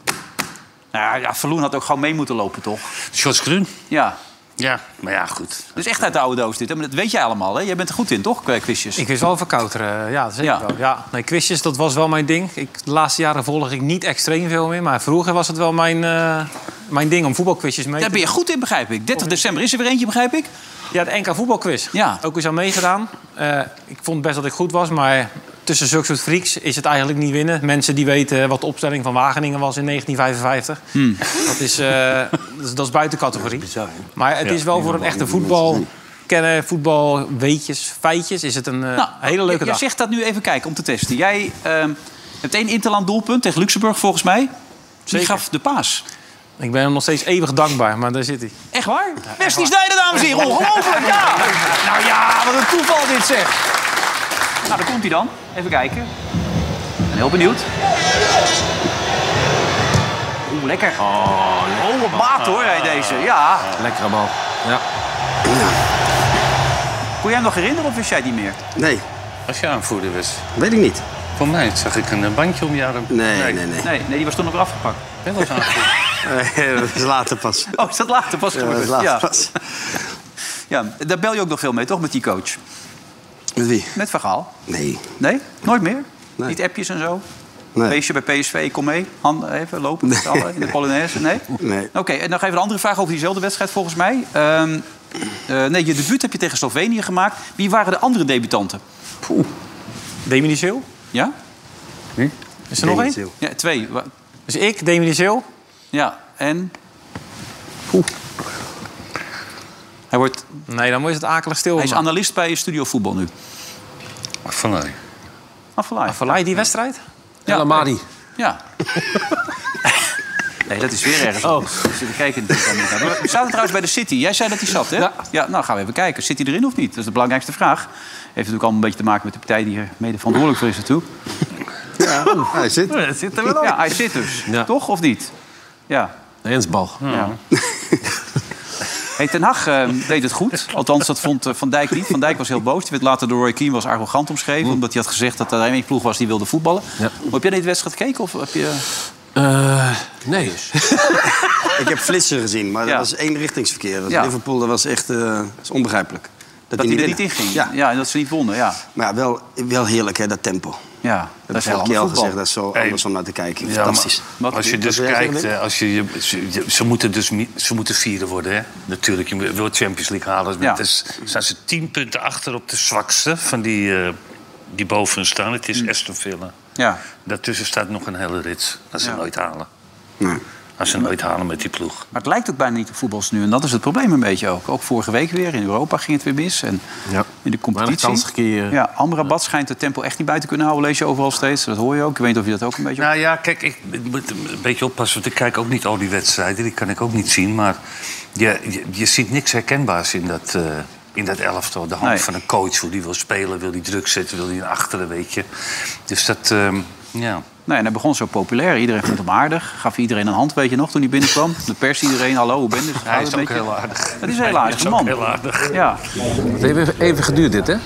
Speaker 2: Nou ja, Verloen had ook gewoon mee moeten lopen, toch?
Speaker 5: George Groen?
Speaker 2: Ja.
Speaker 5: Ja, maar ja, goed.
Speaker 2: Dus echt uit de oude doos dit, hè? Maar dat weet jij allemaal, hè? Jij bent er goed in, toch, qua quizjes?
Speaker 4: Ik wist wel verkouteren, ja, zeker
Speaker 2: Ja.
Speaker 4: wel. Ja. Nee, quizjes, dat was wel mijn ding. Ik, de laatste jaren volg ik niet extreem veel meer. Maar vroeger was het wel mijn, eh, mijn ding om voetbalquizjes mee
Speaker 2: Daar ben je goed in, begrijp ik. 30 december is er weer eentje, begrijp ik?
Speaker 4: Ja, het NK voetbalquiz.
Speaker 2: Ja.
Speaker 4: Ook eens aan meegedaan. Eh, ik vond best dat ik goed was, maar tussen zulke soort freaks is het eigenlijk niet winnen. Mensen die weten wat de opstelling van Wageningen was in 1955. Dat, is, eh, dat, is, dat is buiten categorie. maar het
Speaker 2: Ja,
Speaker 4: is wel voor een echte voetbal... Kennen voetbalweetjes, feitjes, is het een eh, hele leuke
Speaker 2: jij
Speaker 4: dag.
Speaker 2: Nou, zegt dat nu even kijken om te testen. Jij ehm, hebt één interland doelpunt tegen Luxemburg, volgens mij. Die gaf de paas.
Speaker 4: Ik ben hem nog steeds eeuwig dankbaar, maar daar zit hij.
Speaker 2: Echt waar? Wesley Sneijder, dames en heren. Ongelooflijk, ja!
Speaker 4: Ah,
Speaker 2: Nou ja, wat een toeval dit zeg. Nou, daar komt hij dan. Even kijken. Ik ben heel benieuwd. Oeh, lekker. Oh, wat maat hoor, hij deze. Ja.
Speaker 15: Lekkere bal. Ja.
Speaker 2: Kon jij hem nog herinneren of wist jij het niet meer?
Speaker 6: Nee,
Speaker 5: Als je aanvoerder was.
Speaker 6: weet ik niet.
Speaker 5: Voor mij zag ik een eh, bandje om je arm.
Speaker 6: Nee, nee, nee.
Speaker 2: Nee, nee die was toen nog weer afgepakt.
Speaker 5: Ik ben wel eens aanvoerder.
Speaker 6: Eh, dat is later pas.
Speaker 2: Oh, is dat later pas
Speaker 6: Ja, dat is
Speaker 2: gebeurd?
Speaker 6: later
Speaker 2: Ja.
Speaker 6: pas.
Speaker 2: ja, daar bel je ook nog veel mee, toch, met die coach?
Speaker 6: Met wie?
Speaker 2: Met Vergaal.
Speaker 6: Nee.
Speaker 2: Nee? Nooit meer? Niet appjes en zo?
Speaker 6: Nee.
Speaker 2: Feestje bij PSV, kom mee. Handen even lopen met z'n allen in de Polonaise. Nee?
Speaker 6: Nee.
Speaker 2: Oké, en nog even een andere vraag over diezelfde wedstrijd volgens mij. Ehm, eh, nee, je debuut heb je tegen Slovenië gemaakt. Wie waren de andere debutanten?
Speaker 4: Demi de Zeeuw?
Speaker 2: Ja?
Speaker 4: Is er nog één?
Speaker 2: Ja, twee. Wa-
Speaker 4: Dus ik, Demi de Zeeuw.
Speaker 2: Ja, en? Hij wordt... Nee, dan is het akelig stil. Hij is analist bij Studio Voetbal nu.
Speaker 5: Van
Speaker 2: Afalai.
Speaker 4: die wedstrijd?
Speaker 2: Ja,
Speaker 15: Lamadi.
Speaker 2: Ja. nee, dat is weer ergens. Oh. Zitten kijken. We zaten trouwens bij de City. Jij zei dat hij zat, hè? Ja. Nou, gaan we even kijken. Zit hij erin of niet? Dat is de belangrijkste vraag. Heeft natuurlijk allemaal een beetje te maken met de partij die er mede verantwoordelijk voor is natuurlijk. Ja, hij zit.
Speaker 3: Hij zit er wel op.
Speaker 2: Ja, hij zit dus. Toch of niet? Ja.
Speaker 15: De hensbal.
Speaker 2: Ja. Hey, Ten Hag eh, deed het goed. Althans, dat vond eh, Van Dijk niet. Van Dijk was heel boos. Die werd later door Roy Keane was arrogant omschreven. Omdat hij had gezegd dat er één ploeg was die wilde voetballen. Maar Heb jij deze wedstrijd gekeken? Of heb je...
Speaker 15: Eh, nee.
Speaker 6: Ik heb flitsen gezien, maar dat was eenrichtingsverkeer. Dat
Speaker 2: Ja.
Speaker 6: Liverpool dat was echt eh, dat is onbegrijpelijk.
Speaker 2: Dat,
Speaker 6: die
Speaker 2: hij er niet
Speaker 6: winnen.
Speaker 2: in ging.
Speaker 6: Ja.
Speaker 2: Ja. en dat ze niet wonnen. Ja,
Speaker 6: Maar wel, wel heerlijk, hè, dat tempo.
Speaker 2: ja.
Speaker 6: Dat is al keer al gezegd, dat is zo
Speaker 5: Hey.
Speaker 6: anders om naar te kijken.
Speaker 5: Ja,
Speaker 6: Fantastisch.
Speaker 5: maar als je dus
Speaker 6: Wat wil jij
Speaker 5: kijkt,
Speaker 6: zeggen,
Speaker 5: eh,
Speaker 6: Nick?
Speaker 5: als je, je- ze, je- ze moeten dus mi- ze moeten vierde worden, hè? Natuurlijk, je wil Champions League halen.
Speaker 2: Ja.
Speaker 5: Dus staan ze tien punten achter op de zwakste van die, eh, die boven hun staan. Het is Aston Villa.
Speaker 2: Ja.
Speaker 5: Daartussen staat nog een hele rits. Dat ze nooit halen. Als ze nooit halen met die ploeg.
Speaker 2: Maar het lijkt ook bijna niet op voetbal nu. En dat is het probleem een beetje ook. Ook vorige week weer. In Europa ging het weer mis. En in de competitie.
Speaker 15: kansen gecreëerd.
Speaker 2: Ja, Amrabat schijnt het tempo echt niet bij te kunnen houden. Lees je overal steeds. Dat hoor je ook. Ik weet niet of je dat ook een beetje...
Speaker 5: Nou ja, kijk, ik moet een beetje oppassen, want ik kijk ook niet al die wedstrijden. Die kan ik ook niet zien. Maar je, je, je ziet niks herkenbaars in dat, eh, in dat elftal. De hand
Speaker 2: Nee.
Speaker 5: van een coach, hoe die wil spelen, wil die druk zetten, wil die naar achteren, weet je. Dus dat, ehm, ja.
Speaker 2: Nee, en hij begon zo populair. Iedereen vond hem aardig. Gaf iedereen een hand, weet je nog, toen hij binnenkwam. De pers iedereen, hallo, hoe ben je? Dus
Speaker 5: Hij is
Speaker 2: een
Speaker 5: ook
Speaker 2: beetje-
Speaker 5: heel aardig.
Speaker 2: Het is een heel aardige man.
Speaker 5: Heel aardig.
Speaker 2: Ja,
Speaker 15: Het heeft even, even geduurd, dit, hè?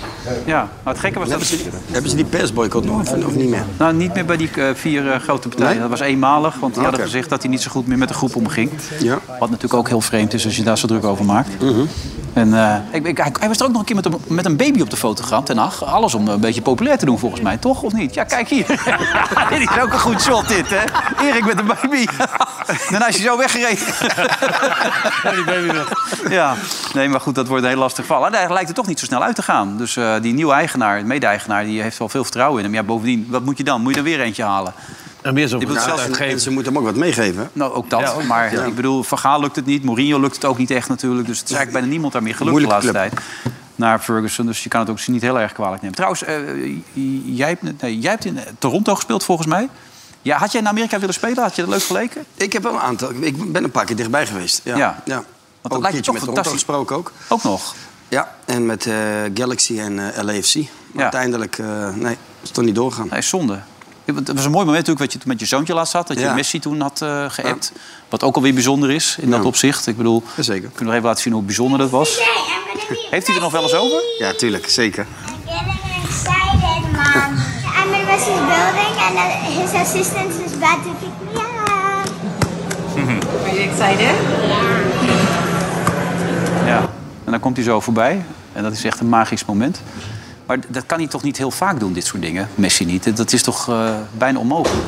Speaker 2: ja. Maar het gekke was dat...
Speaker 6: Hebben ze die persboycott nog of of niet meer?
Speaker 2: Nou, niet meer bij die eh, vier eh, grote partijen.
Speaker 6: Nee? Ah,
Speaker 2: Dat was eenmalig, want die hadden
Speaker 6: Oké.
Speaker 2: gezegd dat hij niet zo goed meer met de groep omging.
Speaker 6: Ja. Mhm.
Speaker 2: Wat natuurlijk ook heel vreemd is als je daar zo druk over maakt. En, eh, ik, ik- hij, hij was er ook nog een keer met een, met een baby op de foto gegaan, ten acht. Alles om een beetje populair te doen volgens mij, toch? Of niet? Ja, kijk hier. dit is ook een goed shot, dit, hè? Erik met een baby. Daarna is hij zo weggereden.
Speaker 5: die baby
Speaker 2: Ja, nee, maar goed, dat wordt een heel lastig geval. En hij lijkt er toch niet zo snel uit te gaan. Dus eh, die nieuwe eigenaar, mede-eigenaar, die heeft wel veel vertrouwen in hem. Ja, bovendien, wat moet je dan? Moet je er weer eentje halen?
Speaker 15: En weer zo'n
Speaker 2: Ik bedoel, zelfs-
Speaker 6: En ze moeten hem ook wat meegeven.
Speaker 2: Nou, ook dat.
Speaker 6: Ja, ook.
Speaker 2: maar
Speaker 6: Ja.
Speaker 2: ik bedoel, Van Gaal lukt het niet. Mourinho lukt het ook niet echt natuurlijk. Dus het is eigenlijk bijna niemand daarmee gelukt de laatste
Speaker 6: Moeilijke
Speaker 2: tijd. Naar Ferguson, dus je kan het ook niet heel erg kwalijk nemen. Trouwens, eh, j- jij, hebt, net- nee, jij hebt in eh, Toronto gespeeld volgens mij. Ja, had jij in Amerika willen spelen? Had je dat leuk geleken?
Speaker 6: Ik heb wel een aantal. Ik ben een paar keer dichtbij geweest. Ja.
Speaker 2: Ja. dat
Speaker 6: ja. Ook een
Speaker 2: lijkt me
Speaker 6: keertje
Speaker 2: toch
Speaker 6: met Toronto
Speaker 2: fantastisch.
Speaker 6: gesproken ook.
Speaker 2: Ook nog.
Speaker 6: Ja, en met eh, Galaxy en eh, LAFC. Maar uiteindelijk, eh, nee, is toch niet doorgaan.
Speaker 2: Nee, zonde. Het was een mooi moment natuurlijk wat je toen met je zoontje laatst had. Dat je
Speaker 6: Ja.
Speaker 2: Messi toen had eh geappt. Wat ook alweer bijzonder is in dat opzicht. Ik bedoel, we kunnen nog even laten zien hoe bijzonder dat was. Heeft hij er nog wel eens over?
Speaker 6: Ja, tuurlijk, zeker.
Speaker 18: excited, Mom. I'm in Rusty's building, and uh, his assistant is about to pick me up. Are you excited?
Speaker 2: Ja, en dan komt hij zo voorbij. En dat is echt een magisch moment. Maar d- dat kan hij toch niet heel vaak doen, dit soort dingen? Messi niet. Dat is toch eh, bijna onmogelijk?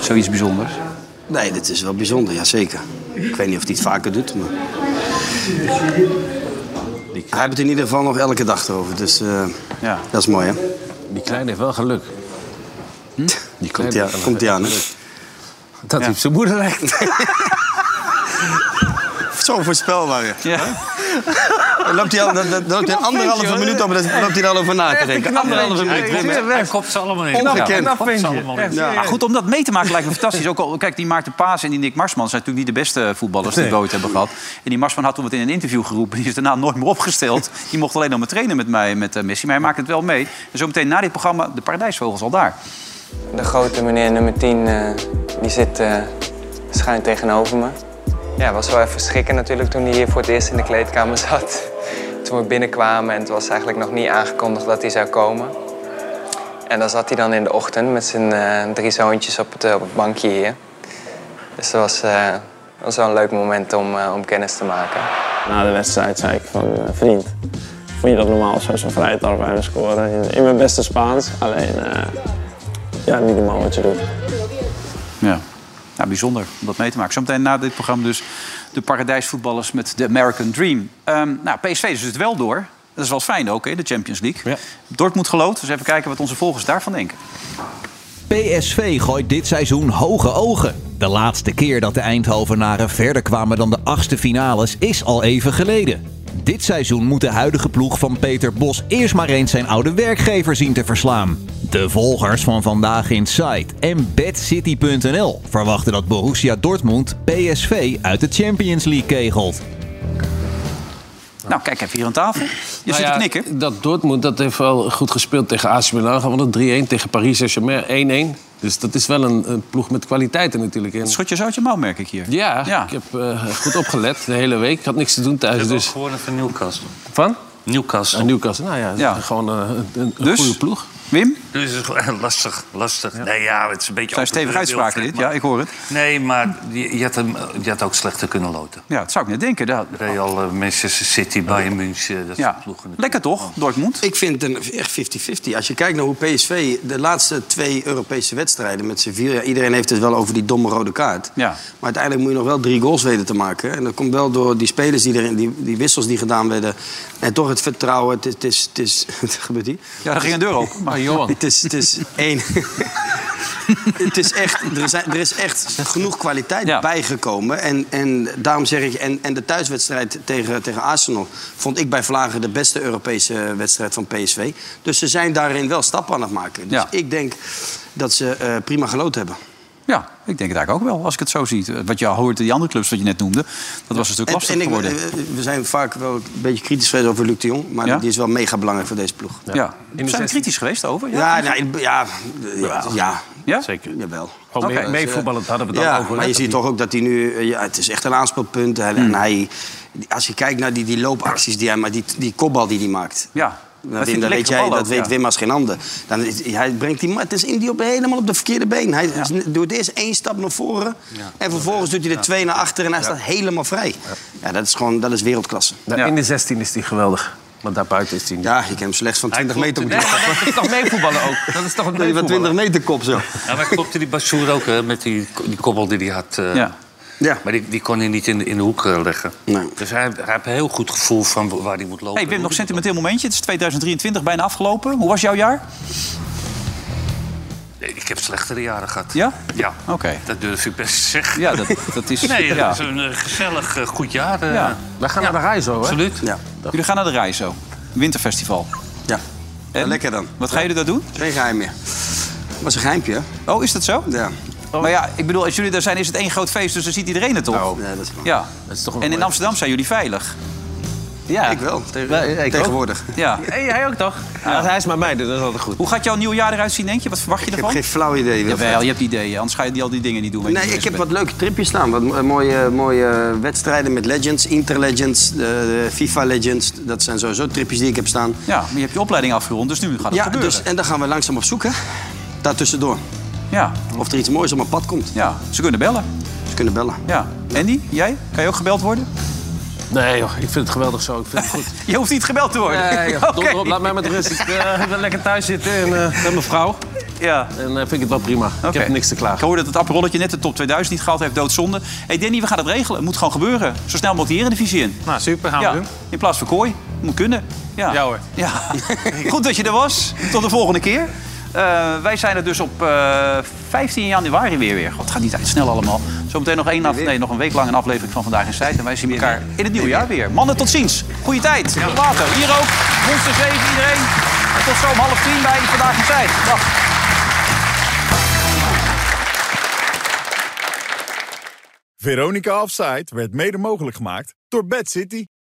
Speaker 2: Zoiets bijzonders.
Speaker 6: Nee, dit is wel bijzonder, ja zeker. Ik weet niet of hij het vaker doet, maar... Hij heeft het in ieder geval nog elke dag erover, dus eh,
Speaker 2: Ja.
Speaker 6: dat is mooi, hè?
Speaker 15: Die kleine heeft wel geluk. Hm? Die
Speaker 6: Komt
Speaker 15: kleine
Speaker 6: hij
Speaker 15: heeft
Speaker 6: aan,
Speaker 15: wel
Speaker 6: komt hij aan hè?
Speaker 15: geluk. Dat heeft zijn moeder echt.
Speaker 6: Zo voorspelbaar, ja.
Speaker 2: ja.
Speaker 6: Dan loopt hij al dan, dan loopt hij een anderhalve minuut op, dan loopt hij er al over na te denken. Anderhalve minuut.
Speaker 5: Hij kopt ze allemaal in.
Speaker 6: Ongekend.
Speaker 5: Hij
Speaker 6: Knap
Speaker 5: kopt ze
Speaker 6: ventje.
Speaker 5: allemaal in.
Speaker 6: Ja.
Speaker 2: Maar goed, om dat mee te maken lijkt me fantastisch. Ook al, kijk, die Maarten Paas en die Nick Marsman zijn natuurlijk niet de beste voetballers die we ooit hebben gehad. En die Marsman had toen wat in een interview geroepen. Die is daarna nooit meer opgesteld. Die mocht alleen nog maar trainen met mij, met eh, Messi. Maar hij maakt het wel mee. En zometeen na dit programma, de Paradijsvogels al daar.
Speaker 19: De grote meneer nummer 10, eh, die zit eh, schuin tegenover me. Ja, was wel even schrikken natuurlijk toen hij hier voor het eerst in de kleedkamer zat. Toen we binnenkwamen en het was eigenlijk nog niet aangekondigd dat hij zou komen. En dan zat hij dan in de ochtend met zijn eh, drie zoontjes op het, eh, op het bankje hier. Dus dat was, eh, dat was wel een leuk moment om, eh, om kennis te maken.
Speaker 20: Na de wedstrijd zei ik van, eh, vriend, vond je dat normaal zo zo'n vrije trap bij me scoren? In, in mijn beste Spaans, alleen eh, ja, niet normaal wat je doet.
Speaker 2: Ja. Nou, bijzonder om dat mee te maken. Zometeen na dit programma dus de paradijsvoetballers met de American Dream. Ehm, nou, PSV is het wel door. Dat is wel fijn ook, hè, de Champions League. Dortmund geloot. Dus even kijken wat onze volgers daarvan denken.
Speaker 21: PSV gooit dit seizoen hoge ogen. De laatste keer dat de Eindhovenaren verder kwamen dan de achtste finales is al even geleden. Dit seizoen moet de huidige ploeg van Peter Bos eerst maar eens zijn oude werkgever zien te verslaan. De volgers van Vandaag in Sight en BadCity.nl verwachten dat Borussia Dortmund PSV uit de Champions League kegelt.
Speaker 2: Nou, kijk even hier aan tafel. Je zit te knikken.
Speaker 15: Nou Dat Dortmund dat heeft wel goed gespeeld tegen AC Milan. Gewoon 3-1 tegen Paris Saint-Germain 1-1. Dus dat is wel een, een ploeg met kwaliteiten natuurlijk. En...
Speaker 2: Schot je zo uit je mouw, merk ik hier.
Speaker 15: Ja, ik heb eh, goed opgelet de hele week. Ik had niks te doen thuis. Dus...
Speaker 5: Gewoon van Newcastle.
Speaker 15: Van?
Speaker 5: Newcastle.
Speaker 15: Ja, Newcastle, nou ja, gewoon eh, een, een
Speaker 5: Dus?
Speaker 15: goede ploeg.
Speaker 2: Wim?
Speaker 5: Dus het is gewoon lastig, lastig. Nee, ja, het is een beetje...
Speaker 2: Zijn stevige uitspraken dit? Ja, ik hoor het.
Speaker 5: Nee, maar je, je had, hem, je had ook slechter kunnen loten.
Speaker 2: Ja, dat zou ik net denken. Dat...
Speaker 5: Real, eh, Manchester City, Bayern München, dat soort ploegen.
Speaker 2: Lekker toch, Dortmund?
Speaker 6: Ik vind het een- echt 50-50. Als je kijkt naar hoe PSV de laatste twee Europese wedstrijden met Sevilla... iedereen heeft het wel over die domme rode kaart.
Speaker 2: Ja.
Speaker 6: Maar uiteindelijk moet je nog wel drie goals weten te maken. En dat komt wel door die spelers, die, erin, die, die wissels die gedaan werden. En toch het vertrouwen. Het is... Het is, het is wat gebeurt hier?
Speaker 2: Ja, daar ging een deur open. Maar
Speaker 6: Johan. Het is, het is één... het is echt, er, zijn, er is echt genoeg kwaliteit bijgekomen. En, en daarom zeg ik... En, en de thuiswedstrijd tegen, tegen Arsenal... vond ik bij Vlagen de beste Europese wedstrijd van PSV. Dus ze zijn daarin wel stappen aan het maken. Dus
Speaker 2: Ja.
Speaker 6: ik denk dat ze eh, prima geloot hebben.
Speaker 2: Ja, ik denk het eigenlijk ook wel, als ik het zo zie. Wat je hoort in die andere clubs, wat je net noemde. Dat was een stuk
Speaker 6: En-
Speaker 2: lastig
Speaker 6: en ik-
Speaker 2: geworden.
Speaker 6: eh, we zijn vaak wel een beetje kritisch geweest over Luc de Jong. Maar
Speaker 2: Ja?
Speaker 6: die is wel mega belangrijk voor deze ploeg.
Speaker 2: Ja. Zijn we kritisch geweest over?
Speaker 6: Ja, nou, in- ja, ja, ja.
Speaker 15: Zeker.
Speaker 6: Jawel.
Speaker 15: Gewoon Oh, mee- meevoetballend hadden we het
Speaker 6: ja,
Speaker 15: al over, hè,
Speaker 6: Maar je
Speaker 15: dat
Speaker 6: ziet
Speaker 15: hij-
Speaker 6: toch ook dat hij nu... eh, Ja, het is echt een aanspelpunt. En,
Speaker 2: Hmm.
Speaker 6: en hij, als je kijkt naar die, die loopacties die hij maakt... die, die kopbal die hij maakt...
Speaker 2: Ja.
Speaker 6: Dan,
Speaker 2: vind ik
Speaker 6: dat weet,
Speaker 2: lekkere
Speaker 6: jij,
Speaker 2: bal
Speaker 6: dat
Speaker 2: ook,
Speaker 6: weet
Speaker 2: ja.
Speaker 6: Wim als geen ander. Dan, is- hij brengt die, ma- het is in die op, helemaal op de verkeerde been. Hij is- doet eerst één stap naar voren. En vervolgens doet hij de twee naar achter en hij staat helemaal vrij. Ja, dat is gewoon dat is wereldklasse.
Speaker 15: Nou, In de 16 is die geweldig. Maar daarbuiten is die niet.
Speaker 6: Ja, ik heb hem slechts van 20 meter moeten
Speaker 15: dat is toch meevoetballen ook? Dat is toch
Speaker 6: Dat hij van 20 meter kop zo.
Speaker 5: Ja, maar klopte die Bassoer ook hè, met die, die kobbel die hij had? eh.
Speaker 6: Ja. Ja.
Speaker 5: Maar die, die kon hij niet in de, in de hoek eh, leggen.
Speaker 6: Nee.
Speaker 5: Dus hij, hij heeft een heel goed gevoel van waar hij moet lopen.
Speaker 2: Hey, Wim, nog een sentimenteel momentje. Het is 2023, bijna afgelopen. Hoe was jouw jaar?
Speaker 5: Nee, Ik heb slechtere jaren gehad.
Speaker 2: Ja?
Speaker 5: Ja.
Speaker 2: Oké.
Speaker 5: Dat durf ik best te zeggen.
Speaker 2: Ja, dat, dat is...
Speaker 5: Nee, dat
Speaker 2: ja.
Speaker 5: is een eh, gezellig, eh, goed jaar. eh.
Speaker 2: Ja.
Speaker 15: We gaan naar de rij zo, hè?
Speaker 5: Absoluut.
Speaker 6: Ja.
Speaker 2: Jullie gaan naar de rij zo. Winterfestival.
Speaker 6: Ja.
Speaker 2: En?
Speaker 6: Lekker dan.
Speaker 2: Wat gaan jullie daar doen?
Speaker 6: Geen geheim meer. was een geheimpje, hè?
Speaker 2: Oh, is dat zo? Oh.
Speaker 6: Ja.
Speaker 2: Maar ja, ik bedoel, als jullie daar zijn, is het één groot feest, dus dan ziet iedereen het toch?
Speaker 6: Ja, Nou, dat is waar.
Speaker 2: Ja.
Speaker 6: een
Speaker 2: en in
Speaker 6: mooi
Speaker 2: Amsterdam zijn jullie veilig.
Speaker 15: Ja.
Speaker 6: Ik wel. Tegen-
Speaker 15: Ja, ik ook.
Speaker 6: tegenwoordig.
Speaker 2: Ja.
Speaker 15: Hey, hij ook toch? Ja, Hij is met mij, dus dat is altijd goed.
Speaker 2: Hoe gaat jouw nieuw jaar eruit zien, denk je? Wat verwacht je
Speaker 6: Ik heb
Speaker 2: ervan?
Speaker 6: geen flauw idee. Wilfred.
Speaker 2: Jawel, je hebt ideeën. Anders ga je die, al die dingen niet doen. weet je,
Speaker 6: Nee, ik
Speaker 2: best
Speaker 6: heb
Speaker 2: bent.
Speaker 6: wat leuke tripjes staan. Wat eh, mooie, mooie wedstrijden met Legends, Inter-Legends, de FIFA-Legends. Dat zijn sowieso tripjes die ik heb staan.
Speaker 2: Ja, maar je hebt je opleiding afgerond, dus nu gaat het
Speaker 6: Ja,
Speaker 2: gebeuren.
Speaker 6: dus, en daar gaan we langzaam op zoeken. Daartussendoor.
Speaker 2: Ja.
Speaker 6: Of er iets moois op mijn pad komt.
Speaker 2: Ja, ze kunnen bellen.
Speaker 6: Ze kunnen bellen.
Speaker 2: Ja. Andy, jij? Kan je ook gebeld worden?
Speaker 15: Nee, joh, ik vind het geweldig zo. Ik vind het goed.
Speaker 2: Je hoeft niet gebeld te worden.
Speaker 15: Nee, joh,
Speaker 2: Oké.
Speaker 15: donder op, laat mij met rust. Ik eh, ben lekker thuis zitten en, eh, met mijn vrouw.
Speaker 2: Ja.
Speaker 15: En eh, vind ik het wel prima. Ik heb niks te klagen.
Speaker 2: Ik hoor dat het apparolletje net de top 2000 niet gehaald heeft, doodzonde. hey Danny, we gaan het regelen. Het moet gewoon gebeuren. Zo snel mogelijk hier in de visie in.
Speaker 4: Nou, super, gaan
Speaker 2: ja.
Speaker 4: we doen.
Speaker 2: In plaats van kooi. Moet kunnen. Ja,
Speaker 4: Ja, hoor.
Speaker 2: Ja. Goed dat je er was. Tot de volgende keer. Eh, wij zijn er dus op eh, 15 januari weer weer. God, het gaat die tijd snel allemaal. Zometeen nog, één af, nee, nog een week lang een aflevering van Vandaag in Tijd. En wij zien elkaar in het nieuwe jaar weer. Mannen, tot ziens. Goeie tijd. Tot later. Hier ook. Monster 7, iedereen. En tot zo om half tien bij Vandaag in Tijd. Dag.
Speaker 1: Veronica Offside werd mede mogelijk gemaakt door Bad City.